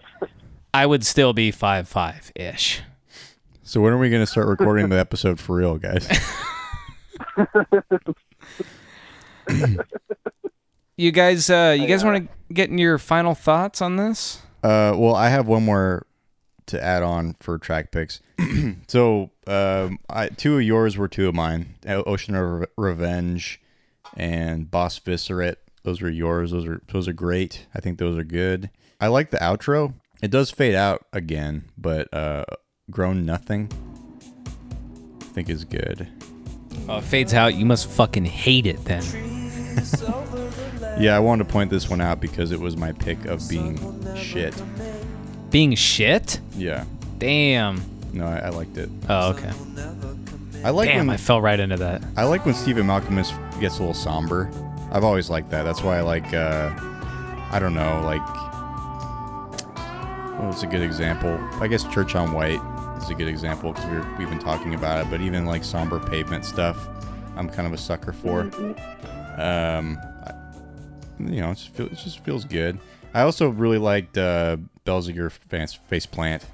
B: I would still be five five ish.
C: so when are we going to start recording the episode for real, guys?
B: You guys, uh, you guys want to get in your final thoughts on this?
C: Uh, well, I have one more to add on for track picks. so, um, I, two of yours were two of mine: O- Ocean Re- Revenge and Boss Viscerate. Those were yours. Those are those are great. I think those are good. I like the outro. It does fade out again, but uh, Grown Nothing, I think is good.
B: Oh, it fades out. You must fucking hate it then.
C: Yeah, I wanted to point this one out because it was my pick of being shit.
B: Being shit.
C: Yeah,
B: Damn.
C: no, I, I liked it.
B: Oh, okay.
C: I like
B: Damn,
C: when
B: I fell right into that.
C: I like when Stephen Malcolmus gets a little somber. I've always liked that. That's why I like, uh, I don't know, like, what was a good example? I guess Church on White is a good example because we we've been talking about it, but even like somber pavement stuff, I'm kind of a sucker for. Um, I, you know, it just, feel, it just feels good. I also really liked uh, Belziger face, face plant.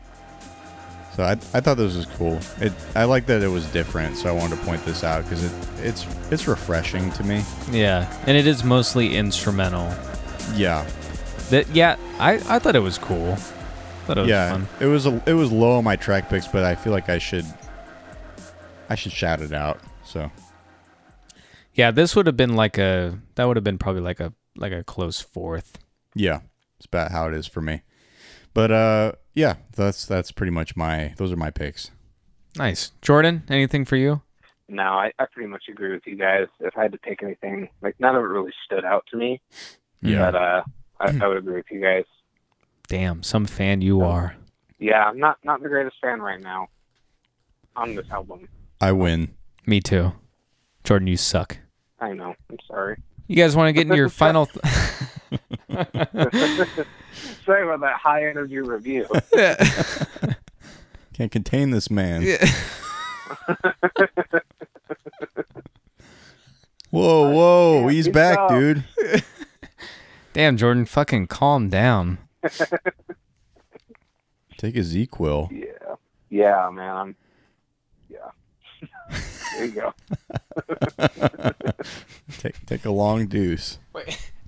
C: So I, I thought this was cool. It I like that it was different, so I wanted to point this out because it it's it's refreshing to me.
B: Yeah, and it is mostly instrumental.
C: Yeah,
B: That yeah, I I thought it was cool. Thought it was
C: yeah.
B: fun.
C: It was a, it was low on my track picks, but I feel like I should I should shout it out. So
B: Yeah, this would have been like a that would have been probably like a like a close fourth.
C: yeah, it's about how it is for me. But uh, yeah, that's that's pretty much my those are my picks.
B: Nice, Jordan. Anything for you?
D: No, I, I pretty much agree with you guys. If I had to pick anything, like none of it really stood out to me.
C: Yeah.
D: But uh, I, I would agree with you guys.
B: Damn, some fan you are.
D: Yeah, I'm not not the greatest fan right now on this album.
C: I win.
B: Me too. Jordan, you suck.
D: I know. I'm sorry.
B: You guys want to get in your final? Th-
D: Sorry about that high energy review.
C: Can't contain this man. whoa, whoa, he's
D: good
C: back,
D: job.
C: dude.
B: Damn, Jordan, fucking calm down.
C: Take a Z-Quil.
D: yeah. Yeah, man. I'm, yeah. there you go.
C: Take take a long deuce.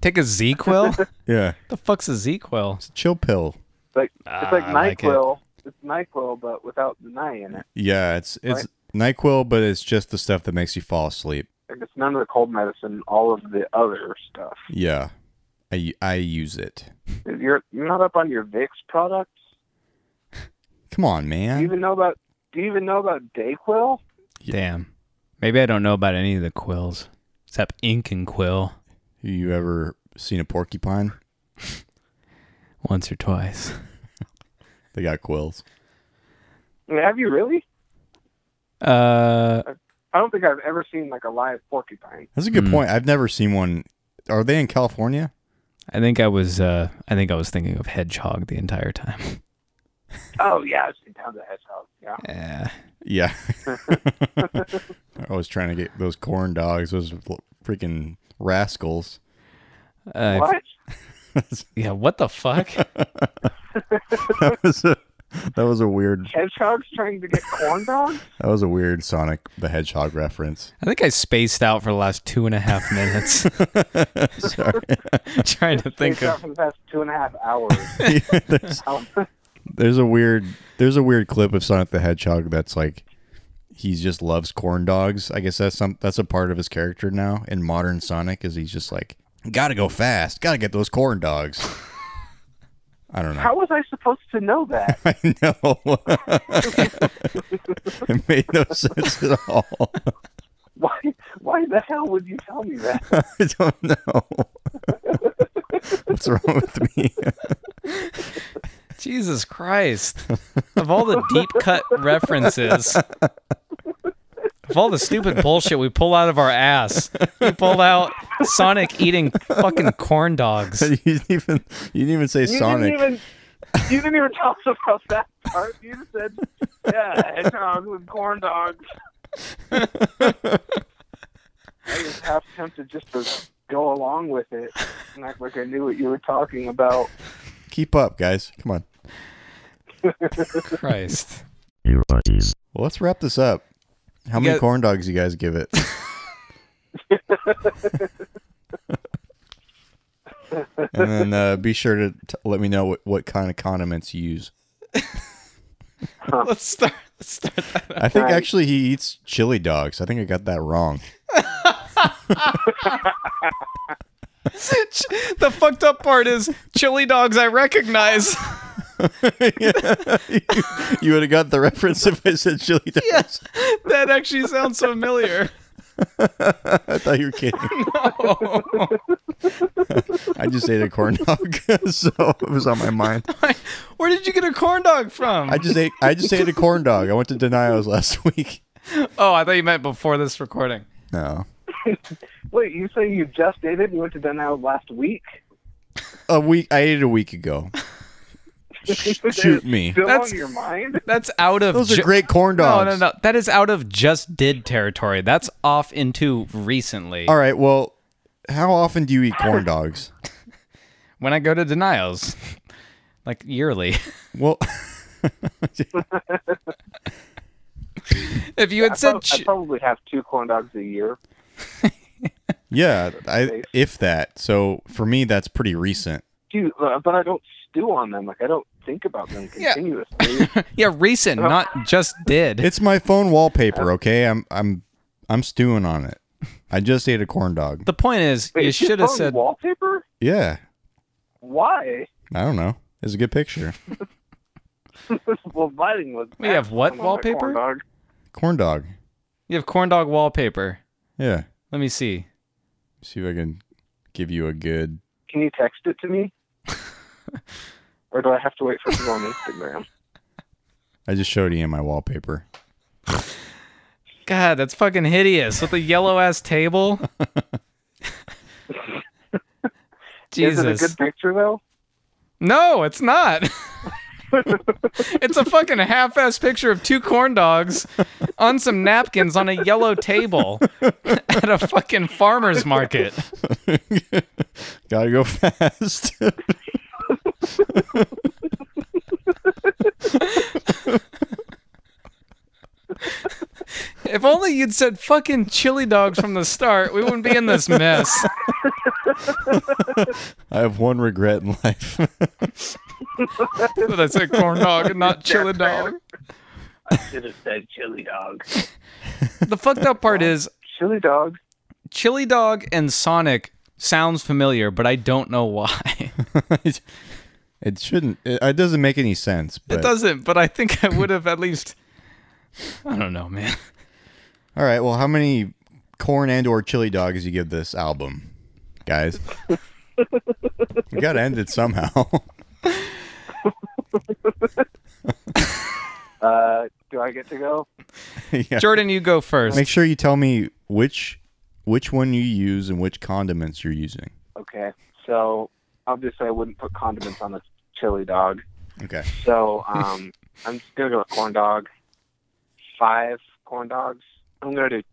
B: Take a ZQL.
C: Yeah,
B: the fuck's a ZQL?
C: it's a chill pill.
D: It's like
B: Ah,
D: it's like
B: I like it.
D: Nyquil. it's Nyquil, but without the Ny in it.
C: Yeah, it's it's Nyquil, but it's just the stuff that makes you fall asleep.
D: Like it's none of the cold medicine. All of the other stuff.
C: Yeah, I I use it.
D: You're you're not up on your Vicks products.
C: Come on,
D: Do you
C: man.
D: even know about? Do you even know about Dayquil?
B: Damn. Maybe I don't know about any of the quills except ink and quill
C: Have you ever seen a porcupine?
B: once or twice.
C: They got quills.
D: I mean, have you really?
B: Uh,
D: I don't think I've ever seen like a live porcupine.
C: That's a good
B: Mm.
C: point. I've never seen one. Are they in California?
B: I think I was uh, I think I was thinking of hedgehog the entire time.
D: Oh yeah, I've seen tons of hedgehogs. Yeah.
B: Yeah.
C: Yeah. I was trying to get those corn dogs, those l- freaking rascals.
B: Uh,
D: What?
B: Yeah. What the fuck?
C: That was a that was a weird
D: Hedgehogs trying to get corn dogs?
C: that was a weird Sonic the Hedgehog reference.
B: I think I spaced out for the last two and a half minutes
C: Sorry.
B: trying to think
D: They've
B: of.
D: for the past two and a half hours.
C: there's,
D: Um,
C: there's a weird there's a weird clip of Sonic the Hedgehog that's like he just loves corn dogs. I guess that's some that's a part of his character now in modern Sonic is he's just like gotta go fast, gotta get those corn dogs. I don't know.
D: how was I supposed to know that?
C: I know. it made no sense at all.
D: Why? Why the hell would you tell me that?
C: I don't know. What's wrong with me?
B: Jesus Christ! Of all the deep cut references, of all the stupid bullshit we pull out of our ass, we pulled out Sonic eating fucking corn dogs.
C: you didn't even you didn't even say
D: You
C: Sonic.
D: didn't even. You didn't even tell us about that part. You just said, "Yeah, hedgehogs with corn dogs." I was half tempted just to go along with it, and act like I knew what you were talking about.
C: Keep up, guys. Come on.
B: Christ.
E: Your buddies.
C: Well, let's wrap this up. How
B: You
C: many
B: got-
C: corn dogs you guys give it? and then uh, be sure to t- let me know what, what kind of condiments you use.
B: Let's start. Let's start that.
C: I think
D: Right.
C: actually he eats chili dogs. I think I got that wrong.
B: the fucked up part is chili dogs I recognize.
C: you, would have got the reference if I said chili dogs.
B: Yes, that actually sounds familiar.
C: I thought you were kidding. I just ate a corn dog, so it was on my mind.
B: Where did you get a corn dog from?
C: I just ate. I just ate a corn dog. I went to Denio's last week.
B: oh, I thought you meant before this recording.
C: No,
D: Wait, you say you just dated? and you went to Denau last week?
C: a week. I ate it a week ago. Sh- Shoot me.
D: Still
B: That's-
D: on your mind?
B: That's out of
C: Those are
B: ju-
C: great corn
B: No,
C: dogs.
B: no, no. That is out of just did territory. That's off into recently.
C: All right. Well, how often do you eat corn dogs?
B: When I go to denials, like yearly.
C: Well,
B: if you had
D: I,
B: said
D: prob- I
B: ch-
D: probably have two corn dogs a year.
C: yeah. I if that. So for me, that's pretty recent.
D: Dude, uh, but I don't stew on them. Like I don't think about them
B: Yeah.
D: continuously.
B: yeah, recent, not just did.
C: It's my phone wallpaper. Okay. I'm. I'm. I'm stewing on it. I just ate a corn dog.
B: the point is,
D: Wait,
B: you
D: is your
B: should have
D: phone
B: said
D: wallpaper.
C: Yeah.
D: Why?
C: I don't know. It's a good picture.
D: well, lighting was.
B: We have what
D: excellent on that corn
B: wallpaper?
D: dog.
C: Corn dog.
B: you have corn dog wallpaper.
C: Yeah.
B: Let me see.
C: See if I can give you a good.
D: Can you text it to me? or do I have to wait for people on Instagram?
C: I just showed Ian my wallpaper.
B: God, that's fucking hideous with the yellow ass table. Jesus.
D: Is it a good picture though?
B: No, it's not. it's a fucking half ass picture of two corn dogs on some napkins on a yellow table at a fucking farmer's market.
C: Gotta go fast.
B: If only you'd said fucking chili dogs from the start, we wouldn't be in this mess.
C: I have one regret in life.
B: That I said corn dog and not chili dog.
D: Should have said chili dog.
B: The fucked up part is
D: Chili dog.
B: chili dog and Sonic sounds familiar, but I don't know why.
C: it shouldn't. It, it doesn't make any sense. But,
B: It doesn't, but I think I would have at least. I don't know, man.
C: All right. Well, how many corn and/or chili dogs you give this album, guys? we gotta end it somehow.
D: Uh, do Do I get to go?
C: yeah.
B: Jordan, you go first.
C: Make sure you tell me which which one you use and which condiments you're using.
D: Okay. So obviously, I wouldn't put condiments on a chili dog.
C: Okay.
D: So um, I'm just gonna go with corn dog. Five corn dogs. I'm gonna do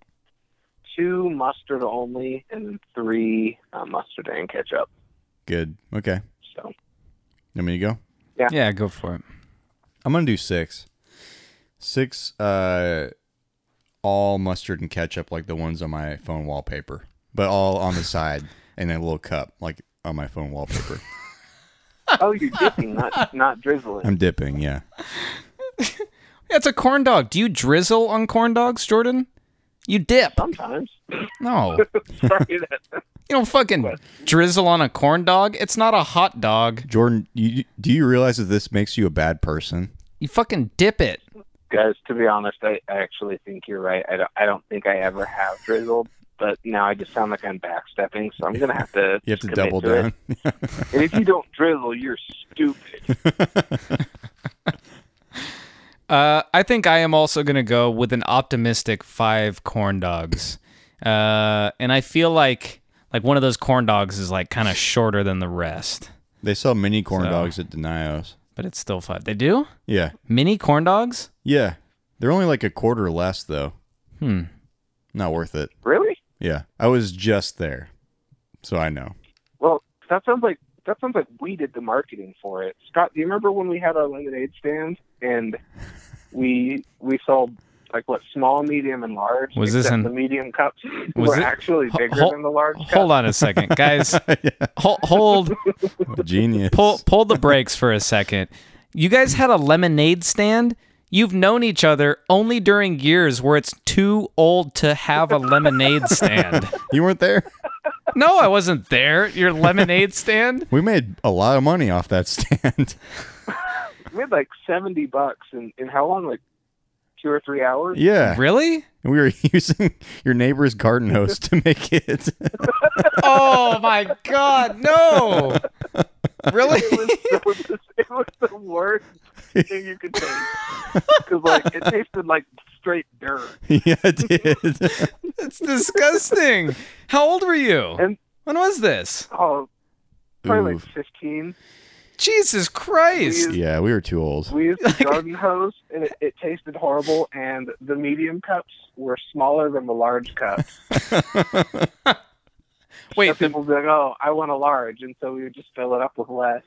D: two mustard only and three uh, mustard and ketchup.
C: Good. Okay.
D: So
C: Let me go.
B: yeah, go for it.
C: I'm gonna do six. Six uh all mustard and ketchup like the ones on my phone wallpaper. But all on the side in a little cup, like on my phone wallpaper.
D: oh, you're dipping, not not drizzling.
C: I'm dipping, yeah.
B: Yeah, it's a corn dog. Do you drizzle on corn dogs, Jordan? You dip.
D: Sometimes.
B: No. you
D: Sorry, that,
B: don't fucking drizzle on a corn dog. It's not a hot dog.
C: Jordan, you, do you realize that this makes you a bad person?
B: You fucking dip it.
D: guys. To be honest, I, I actually think you're right. I don't I don't think I ever have drizzled. But now I just sound like I'm backstepping, so I'm gonna have to.
C: You have
D: just
C: to
D: commit
C: double
D: it.
C: down.
D: And if you don't drizzle, you're stupid.
B: Uh, I think I am also going to go with an optimistic five corn dogs. Uh, and I feel like like one of those corn dogs is like kind of shorter than the rest,
C: they sell mini corn
B: So-
C: dogs at Denios.
B: but it's still five. They do?
C: Yeah.
B: Mini corn dogs?
C: Yeah. They're only like a quarter less though.
B: Hmm.
C: Not worth it.
D: really?
C: Yeah. I was just there. So I know.
D: Well, that sounds like that sounds like we did the marketing for it. Scott, do you remember when we had our lemonade stand and we we sold like what small, medium, and large?
B: Was this
D: except
B: in-
D: the medium cups
B: was
D: were
B: it-
D: actually
B: ho-
D: bigger
B: ho-
D: than the large cups?
B: Hold on a second, guys.
C: Yeah.
B: Hold, hold
C: Genius.
B: pull pull the brakes for a second. You guys had a lemonade stand. You've known each other only during years where it's too old to have a lemonade stand.
C: You weren't there?
B: No, I wasn't there. Your lemonade stand?
C: We made a lot of money off that stand.
D: We had like seventy bucks in, in how long? Like two or three hours?
C: yeah.
B: Really?
C: We were using your neighbor's garden hose to make it.
B: Oh my god, no. Really?
D: It was, it, was, it was the worst thing you could taste because like it tasted like straight dirt.
C: yeah, it did.
B: It's disgusting. How old were you?
D: And-
B: When was this?
D: Oh, probably
C: Ooh.
D: like fifteen.
B: Jesus Christ.
D: We-
C: Yeah, we were too old.
D: We used the garden hose, and it, it tasted horrible. And the medium cups were smaller than the large cups. So
B: Wait, the-
D: people would be like, "Oh, I want a large," and so we would just fill it up with less.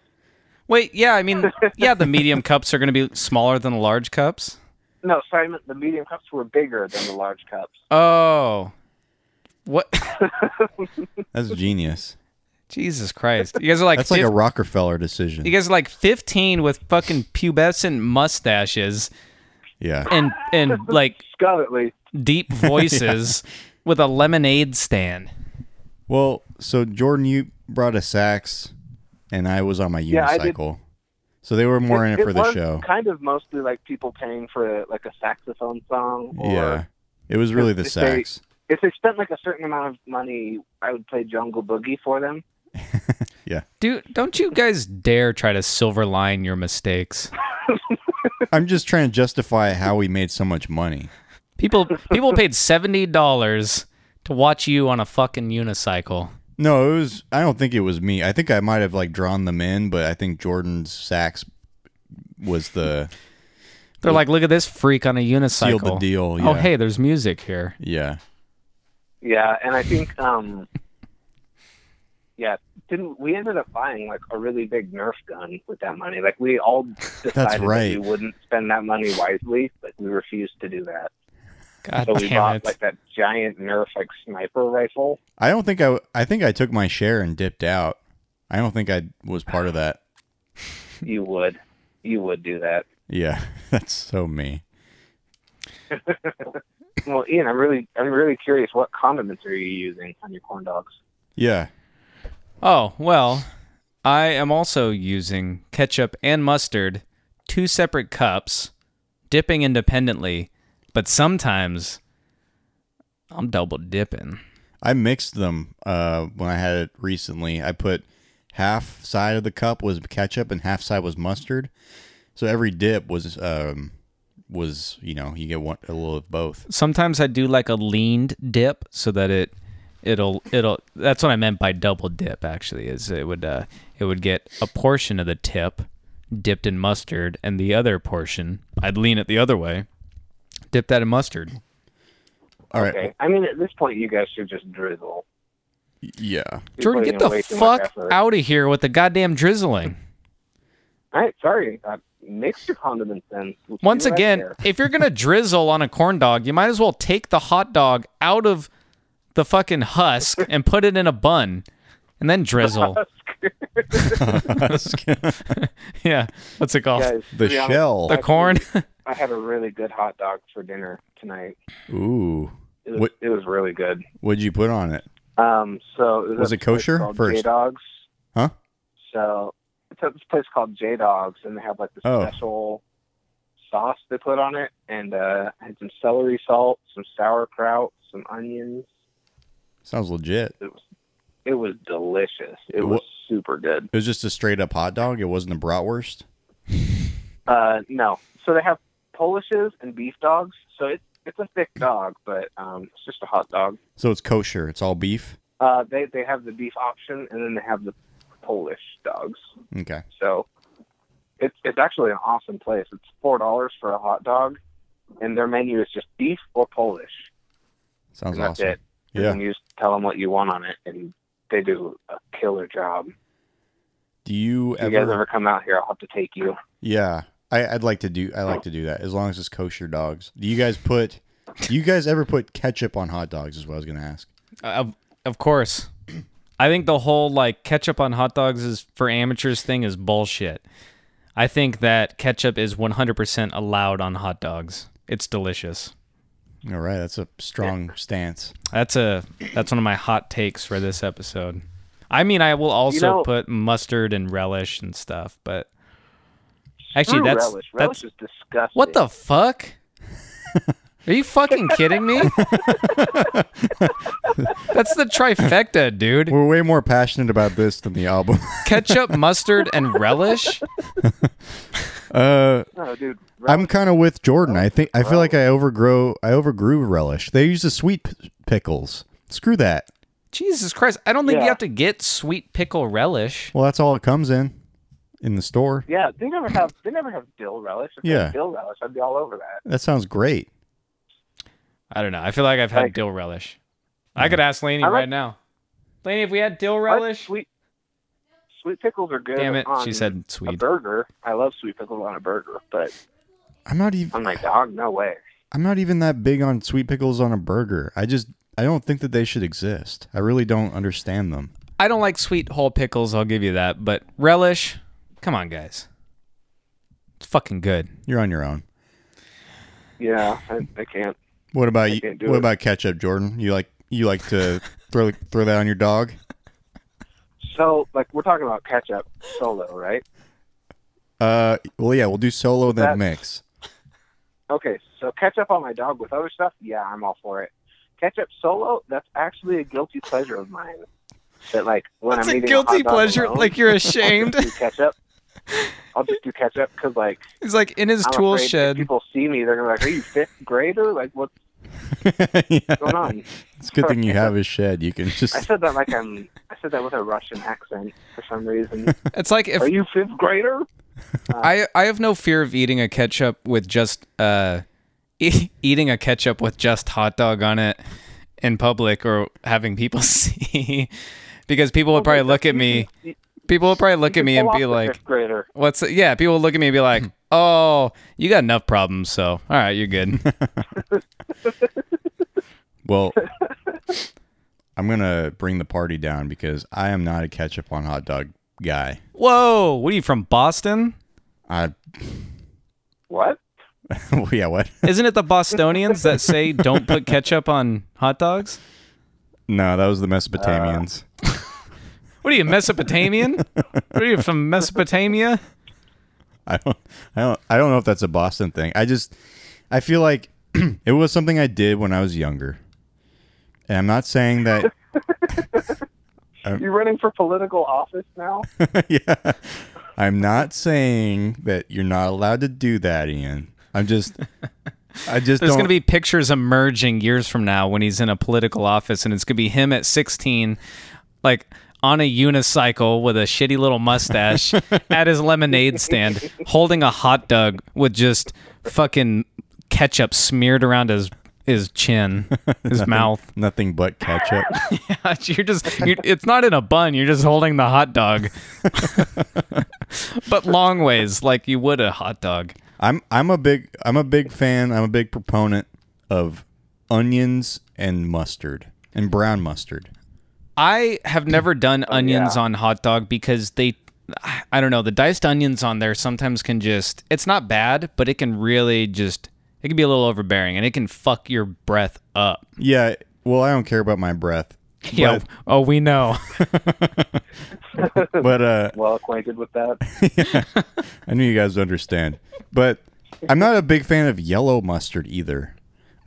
B: wait, yeah, I mean, yeah, the medium cups are going to be smaller than the large cups.
D: No, sorry, I meant the medium cups were bigger than the large cups.
B: Oh. What?
C: That's genius.
B: Jesus Christ. You guys are like,
C: That's like a
B: fif-
C: Rockefeller decision.
B: you guys are like 15 with fucking pubescent mustaches
C: yeah.
B: and and like
D: Scott, at least.
B: deep voices with a lemonade stand.
C: Well, so Jordan, you brought a sax, and I was on my
D: Yeah, I did-
C: unicycle. So they were more
D: it,
C: in it for
D: it
C: the
D: was
C: show.
D: Kind of mostly like people paying for like a saxophone song. Or
C: yeah. It was really the
D: if they-
C: sax.
D: If they spent like a certain amount of money, I would play Jungle Boogie for them.
B: Dude, don't you guys dare try to silver line your mistakes.
C: I'm just trying to justify how we made so much money.
B: People people paid $70 to watch you on a fucking unicycle.
C: No, it was. I don't think it was me. I think I might have like drawn them in, but I think Jordan's sax was the
B: They're like, "Look at this freak on a unicycle."
C: sealed the deal. Yeah.
B: Oh, hey, there's music here.
C: yeah,
D: Yeah, and I think um yeah, didn't we ended up buying like a really big Nerf gun with that money? Like we all decided that
C: right.
D: we wouldn't spend that money wisely, but we refused to do that.
B: God
D: So we bought
B: damn it.
D: like that giant Nerf like sniper rifle.
C: I don't think I. I think I took my share and dipped out. I don't think I was part of that.
D: You would, you would do that.
C: Yeah, that's so me.
D: Well, Ian, I'm really, I'm really curious. What condiments are you using on your corn dogs?
C: Yeah,
B: Oh, well, I am also using ketchup and mustard, two separate cups, dipping independently, but sometimes I'm double dipping.
C: I mixed them uh, when I had it recently. I put half side of the cup was ketchup and half side was mustard. So every dip was um, was you know you get one a little of both.
B: Sometimes I do like a leaned dip so that it it'll it'll that's what I meant by double dip actually is it would uh it would get a portion of the tip dipped in mustard and the other portion I'd lean it the other way dip that in mustard.
C: All right,
D: Okay. I mean, at this point, you guys should just drizzle.
C: well, yeah.
D: You're
B: Jordan,
D: putting
B: get
D: in
B: the
D: way too much
B: fuck
D: effort.
B: out of here with the goddamn drizzling.
D: All right, sorry. Uh, mix your condiments then. We'll see
B: Once
D: what I
B: again,
D: care.
B: if you're gonna drizzle on a corn dog, you might as well take the hot dog out of the fucking husk and put it in a bun, and then drizzle. yeah, what's it called?
D: Guys,
C: the
D: to be honest,
C: shell.
B: the corn.
D: I had a really good hot dog for dinner tonight.
C: Ooh,
D: It was,
C: What-
D: it was really good.
C: what'd you put on it?
D: Um, so it was,
C: Was
D: at
C: it
D: this place
C: kosher
D: called
C: first?
D: J Dogs.
C: Huh?
D: So it's at this place called J Dogs, and they have like this
C: Oh.
D: special sauce they put on it, and uh, had some celery salt, some sauerkraut, some onions.
C: Sounds legit.
D: It was it was delicious. It
C: Wha-
D: was super good.
C: It was just a straight up hot dog. It wasn't a bratwurst.
D: Uh, no. So they have Polishes and beef dogs. So it's it's a thick dog, but um, it's just a hot dog.
C: So it's kosher. It's all beef.
D: Uh, they they have the beef option, and then they have the Polish dogs.
C: Okay.
D: So it's it's actually an awesome place. It's four dollars for a hot dog, and their menu is just beef or Polish.
C: Sounds
D: and that's
C: awesome.
D: it. And
C: Yeah.
D: then you just tell them what you want on it, and they do a killer job.
C: Do you
D: If
C: ever?
D: you guys ever come out here, I'll have to take you.
C: Yeah, I, I'd like to do. I like to do that as long as it's kosher dogs. Do you guys put? Do you guys ever put ketchup on hot dogs? Is what I was gonna ask.
B: Uh, Of, of course. I think the whole like ketchup on hot dogs is for amateurs thing is bullshit. I think that ketchup is 100% allowed on hot dogs. It's delicious.
C: All right, that's a strong stance.
B: That's a that's one of my hot takes for this episode. I mean, I will also
D: know-
B: put mustard and relish and stuff, but actually,
D: Screw
B: that's
D: relish.
B: that's
D: Relish is disgusting.
B: what the fuck. Are you fucking kidding me? that's the trifecta, dude.
C: We're way more passionate about this than the album.
B: ketchup, mustard, and relish.
C: Uh,
D: No, dude.
C: I'm kind of with Jordan. I think I feel like I overgrow. I overgrew relish. They use the sweet p- pickles. Screw that.
B: Jesus Christ! I don't think you
D: Yeah.
B: have to get sweet pickle relish.
C: Well, that's all it comes in, in the store.
D: Yeah, they never have they never have dill relish. If they
C: Yeah.
D: had dill relish, I'd be all over that.
C: That sounds great.
B: I don't know. I feel like I've had
D: Like-
B: dill relish. I could ask Laney
D: I like-
B: right now. Laney, if we had dill relish,
D: Aren't Sweet sweet pickles are good.
B: damn it,
D: on
B: she said
D: a
B: sweet.
D: burger. I love sweet pickles on a burger, but
C: I'm not even.
D: on my dog, no way.
C: I'm not even that big on sweet pickles on a burger. I just. I don't think that they should exist. I really don't understand them.
B: I don't like sweet whole pickles. I'll give you that, but relish, come on, guys, it's fucking good.
C: You're on your own.
D: Yeah, I, I can't.
C: What about you?
D: can't do
C: What
D: it.
C: about ketchup, Jordan? You like you like to throw throw that on your dog?
D: So like we're talking about ketchup solo, right?
C: Uh, well, yeah, we'll do solo then
D: That's-
C: mix.
D: Okay, so ketchup on my dog with other stuff, yeah, I'm all for it. Ketchup solo, that's actually a guilty pleasure of mine. That like when
B: That's
D: I'm
B: a
D: eating
B: guilty
D: hot dog
B: pleasure.
D: alone,
B: Like you're ashamed.
D: do ketchup. I'll just do ketchup because like
B: He's like in his
D: I'm
B: tool
D: afraid if
B: shed.
D: People see me, they're gonna be like, "Are you fifth grader? Like, what's
C: Yeah.
D: going on?"
C: It's a good thing you have a shed. You can just
D: I said that like I'm. I said that with a Russian accent for some reason.
B: It's like if
D: Are you fifth grader?
B: I I have no fear of eating a ketchup with just uh e- eating a ketchup with just hot dog on it in public or having people see because people would probably look at me
D: Oh You
B: people would probably look at
D: can
B: me and
D: pull
B: be
D: off the
B: like
D: fifth grader.
B: what's yeah people would look at me and be like oh you got enough problems so all right you're good
C: well. I'm gonna bring the party down because I am not a ketchup on hot dog guy.
B: whoa what are you from boston
C: I
D: What?
C: well, yeah, what?
B: isn't it the bostonians that say don't put ketchup on hot dogs
C: No, that was the
B: Uh.
C: Mesopotamians.
B: what are you mesopotamian what are you from mesopotamia
C: I don't, I don't, I don't know if that's a Boston thing. I just, I feel like it was something I did when I was younger, and I'm not saying that.
D: You're running for political office now?
C: yeah, I'm not saying that you're not allowed to do that, Ian. I'm just, I just
B: There's
C: don't.
B: going to be pictures emerging years from now when he's in a political office, and it's going to be him at 16, like on a unicycle with a shitty little mustache at his lemonade stand, holding a hot dog with just fucking ketchup smeared around his his chin, his mouth.
C: nothing but ketchup.
B: you're just you're, it's not in a bun. You're just holding the hot dog, but long ways like you would a hot dog.
C: I'm I'm a big I'm a big fan. I'm a big proponent of onions and mustard and brown mustard.
B: I have never done onions on hot dog because they, I don't know, the diced onions on there sometimes can just, it's not bad, but it can really just, it can be a little overbearing and it can fuck your breath up.
C: Yeah. Well, I don't care about my breath,
B: Yeah. Oh, we know.
C: but uh,
D: well acquainted with that.
C: I knew you guys would understand. But I'm not a big fan of yellow mustard either.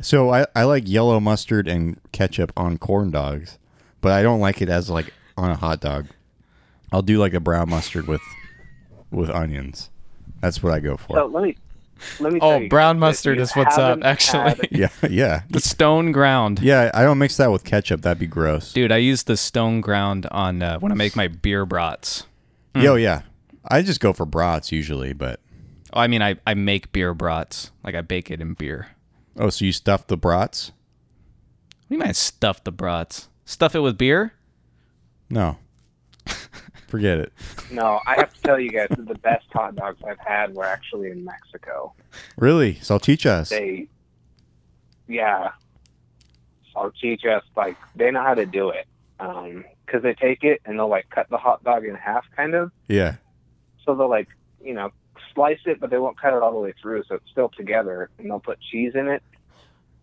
C: So I, I like yellow mustard and ketchup on corn dogs, but I don't like it as like on a hot dog. I'll do like a brown mustard with with onions. That's what I go for.
D: So let me let me. tell
B: Oh,
D: you
B: brown
D: guys, if
B: mustard
D: you
B: is what's up,
D: haven't had
B: actually.
C: Yeah, yeah.
B: the stone ground.
C: Yeah, I don't mix that with ketchup. That'd be gross.
B: Dude, I use the stone ground on uh, when I make my beer brats.
C: Yo, yeah. I just go for brats usually, but
B: Oh, I mean, I, I make beer brats. Like I bake it in beer.
C: oh, so you stuff the brats?
B: What do you mean I stuff the brats? Stuff it with beer?
C: No. Forget it.
D: No, I have to tell you guys that the best hot dogs I've had were actually in Mexico.
C: Really? Salchichas.
D: They, yeah, salchichas. Like they know how to do it because they take it and they'll like cut the hot dog in half, kind of.
C: Yeah.
D: So they'll like you know slice it, but they won't cut it all the way through, so it's still together. And they'll put cheese in it,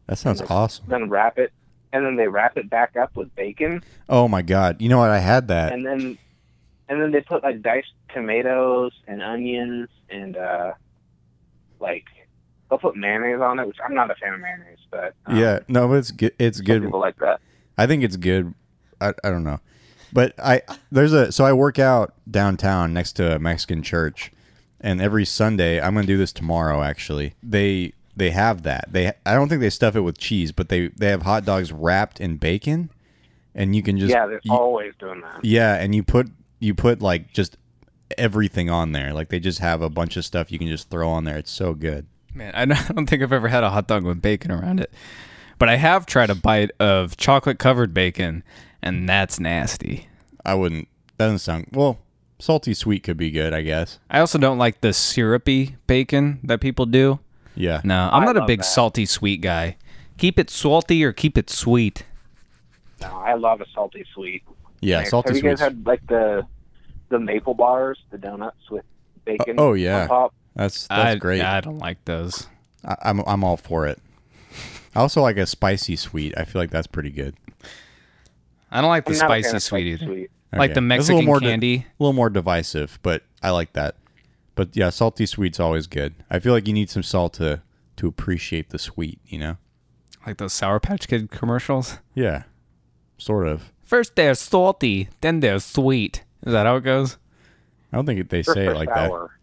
C: That sounds awesome.
D: then wrap it, and then they wrap it back up with bacon,
C: Oh my god. You know what? I had that.
D: and then and then they put like diced tomatoes and onions and uh like they'll put mayonnaise on it, which I'm not a fan of mayonnaise, but um,
C: yeah. No, but it's good. It's
D: some
C: good.
D: people like that.
C: I think it's good. I, I don't know. But I there's a so I work out downtown next to a Mexican church and every Sunday I'm going to do this tomorrow actually. They they have that. They I don't think they stuff it with cheese, but they they have hot dogs wrapped in bacon and you can just
D: yeah, they're
C: you-
D: always doing that.
C: yeah, and you put you put like just everything on there. Like they just have a bunch of stuff you can just throw on there. It's so good.
B: Man, I don't I don't think I've ever had a hot dog with bacon around it, but I have tried a bite of chocolate covered bacon, and that's nasty.
C: I wouldn't that doesn't sound well, salty sweet could be good, I guess.
B: I also don't like the syrupy bacon that people do.
C: Yeah.
B: No, I'm
D: I
B: not a
D: love
B: big
D: that.
B: salty sweet guy. Keep it salty or keep it sweet.
D: No, I love a salty sweet.
C: Yeah,
D: Like,
C: salty
D: Have you
C: sweet.
D: guys had like the the maple bars, the donuts with bacon?
C: oh, yeah.
D: on top?
C: That's
B: I,
C: that's great.
B: I don't like those.
C: I, I'm I'm all for it. I also like a spicy sweet. I feel like that's pretty good.
B: I don't like the
D: I'm not a fan
B: spicy
D: of
B: sweet
D: salty
B: either.
D: sweet.
B: Like the
C: Okay. That's a little
B: Mexican
C: more di-
B: candy.
C: a little more divisive, but I like that. But yeah, salty sweet's always good. I feel like you need some salt to to appreciate the sweet. You know?
B: like those Sour Patch Kid commercials.
C: Yeah, sort of.
B: First they're salty, then they're sweet. Is that how it goes?
C: I don't think they say it like that.
D: sour.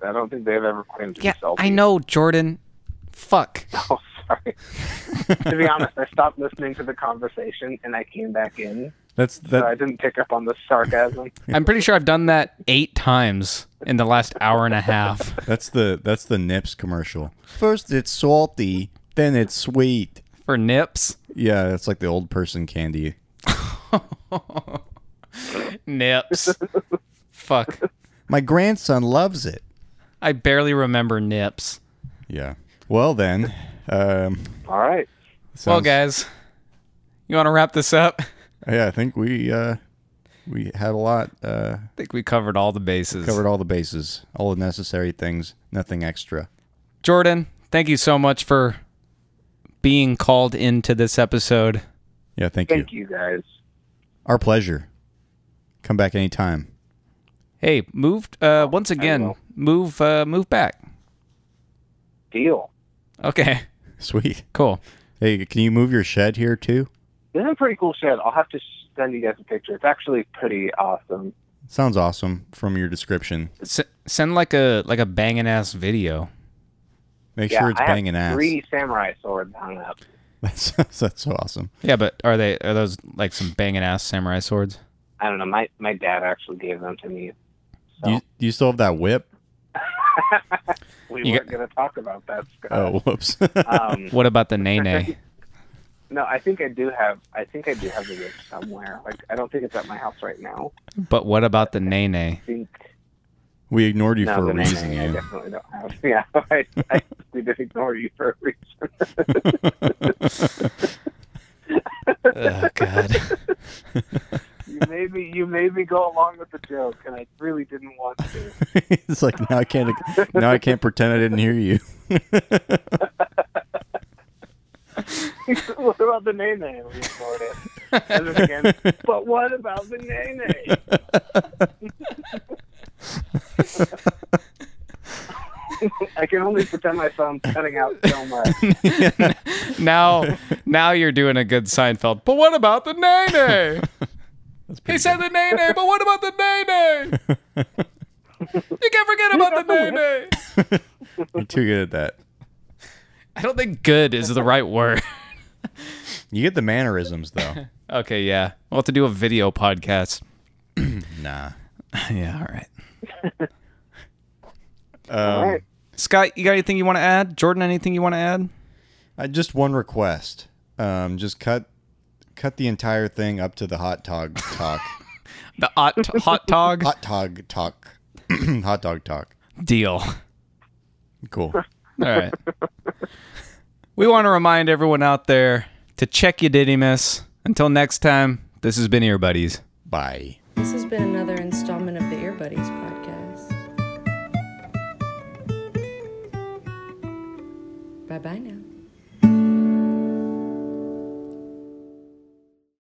D: I don't think they've ever claimed to
B: Yeah,
D: be salty.
B: I know, Jordan. Fuck.
D: Oh, sorry. to be honest, I stopped listening to the conversation and I came back in,
C: That's
D: so I
C: that.
D: didn't pick up on the sarcasm.
B: I'm pretty sure I've done that eight times in the last hour and a half.
C: That's the that's the Nips commercial. First it's salty, then it's sweet.
B: For nips?
C: Yeah, that's like the old person candy.
B: Nips. Fuck.
C: My grandson loves it.
B: I barely remember nips.
C: Yeah. Well then, um,
D: All right.
B: Well,
C: sounds-
B: guys, you want to wrap this up? I
C: Yeah, I think we uh, we had a lot uh,
B: think we covered all the bases.
C: covered all the bases, all the necessary things, nothing extra.
B: Jordan, thank you so much for being called into this episode.
C: Yeah, thank,
D: Thank
C: you.
D: you guys.
C: Our pleasure. Come back anytime.
B: Hey, move uh, once again.
D: will.
B: Move, uh, move back.
D: Deal.
B: Okay,
C: Sweet.
B: cool.
C: Hey, can you move your shed here too?
D: This is a pretty cool shed. I'll have to send you guys a picture. It's actually pretty awesome.
C: Sounds awesome from your description.
B: S- send like a like a banging ass video.
C: Make
D: yeah,
C: sure it's
D: I
C: banging
D: have
C: ass.
D: three samurai swords hung up.
C: That's that's awesome.
B: Yeah, but are they are those like some banging ass samurai swords?
D: I don't know. My my dad actually gave them to me. So
C: Do you, do you still have that whip?
D: we
B: you
D: weren't going to talk about that,
C: Oh,
D: Scott.
C: whoops.
D: Um,
B: What about the nay nay?
D: no, I think I do have. I think I do have the whip somewhere. Like I don't think it's at my house right now.
B: But what about the nay nay?
D: I think
C: we ignored you
D: no,
C: for a
D: the next
C: reason.
D: thing I
C: You.
D: definitely don't have. Yeah, I, I we did ignore you for a reason.
B: oh God.
D: You made me. You made me go along with the joke, and I really didn't want to.
C: it's like now I can't now I can't pretend I didn't hear you.
D: what about the nay nay? We ignored it. And then again, but what about the nay nay? I can only pretend my phone's cutting out so much.
B: now now you're doing a good Seinfeld. But what about the nay nay? He said the nay nay, but what about the nay nay? you can't forget about the nay nay.
C: You're too good at that.
B: I don't think good is the right word.
C: You get the mannerisms though.
B: okay, yeah. We'll have to do a video podcast.
C: Nah.
B: yeah, all right.
D: All
C: Um,
D: right.
B: Scott, you got anything you want to add? Jordan, anything you want to add?
C: I just one request. Um, just cut cut the entire thing up to the hot dog talk.
B: The hot, hot dog
C: hot dog talk. hot dog talk.
B: deal.
C: Cool.
B: All right. we want to remind everyone out there to check your Didymus. Until next time, this has been Ear Buddies.
C: Bye.
E: This has been another installment of the Ear Buddies podcast. Bye bye now.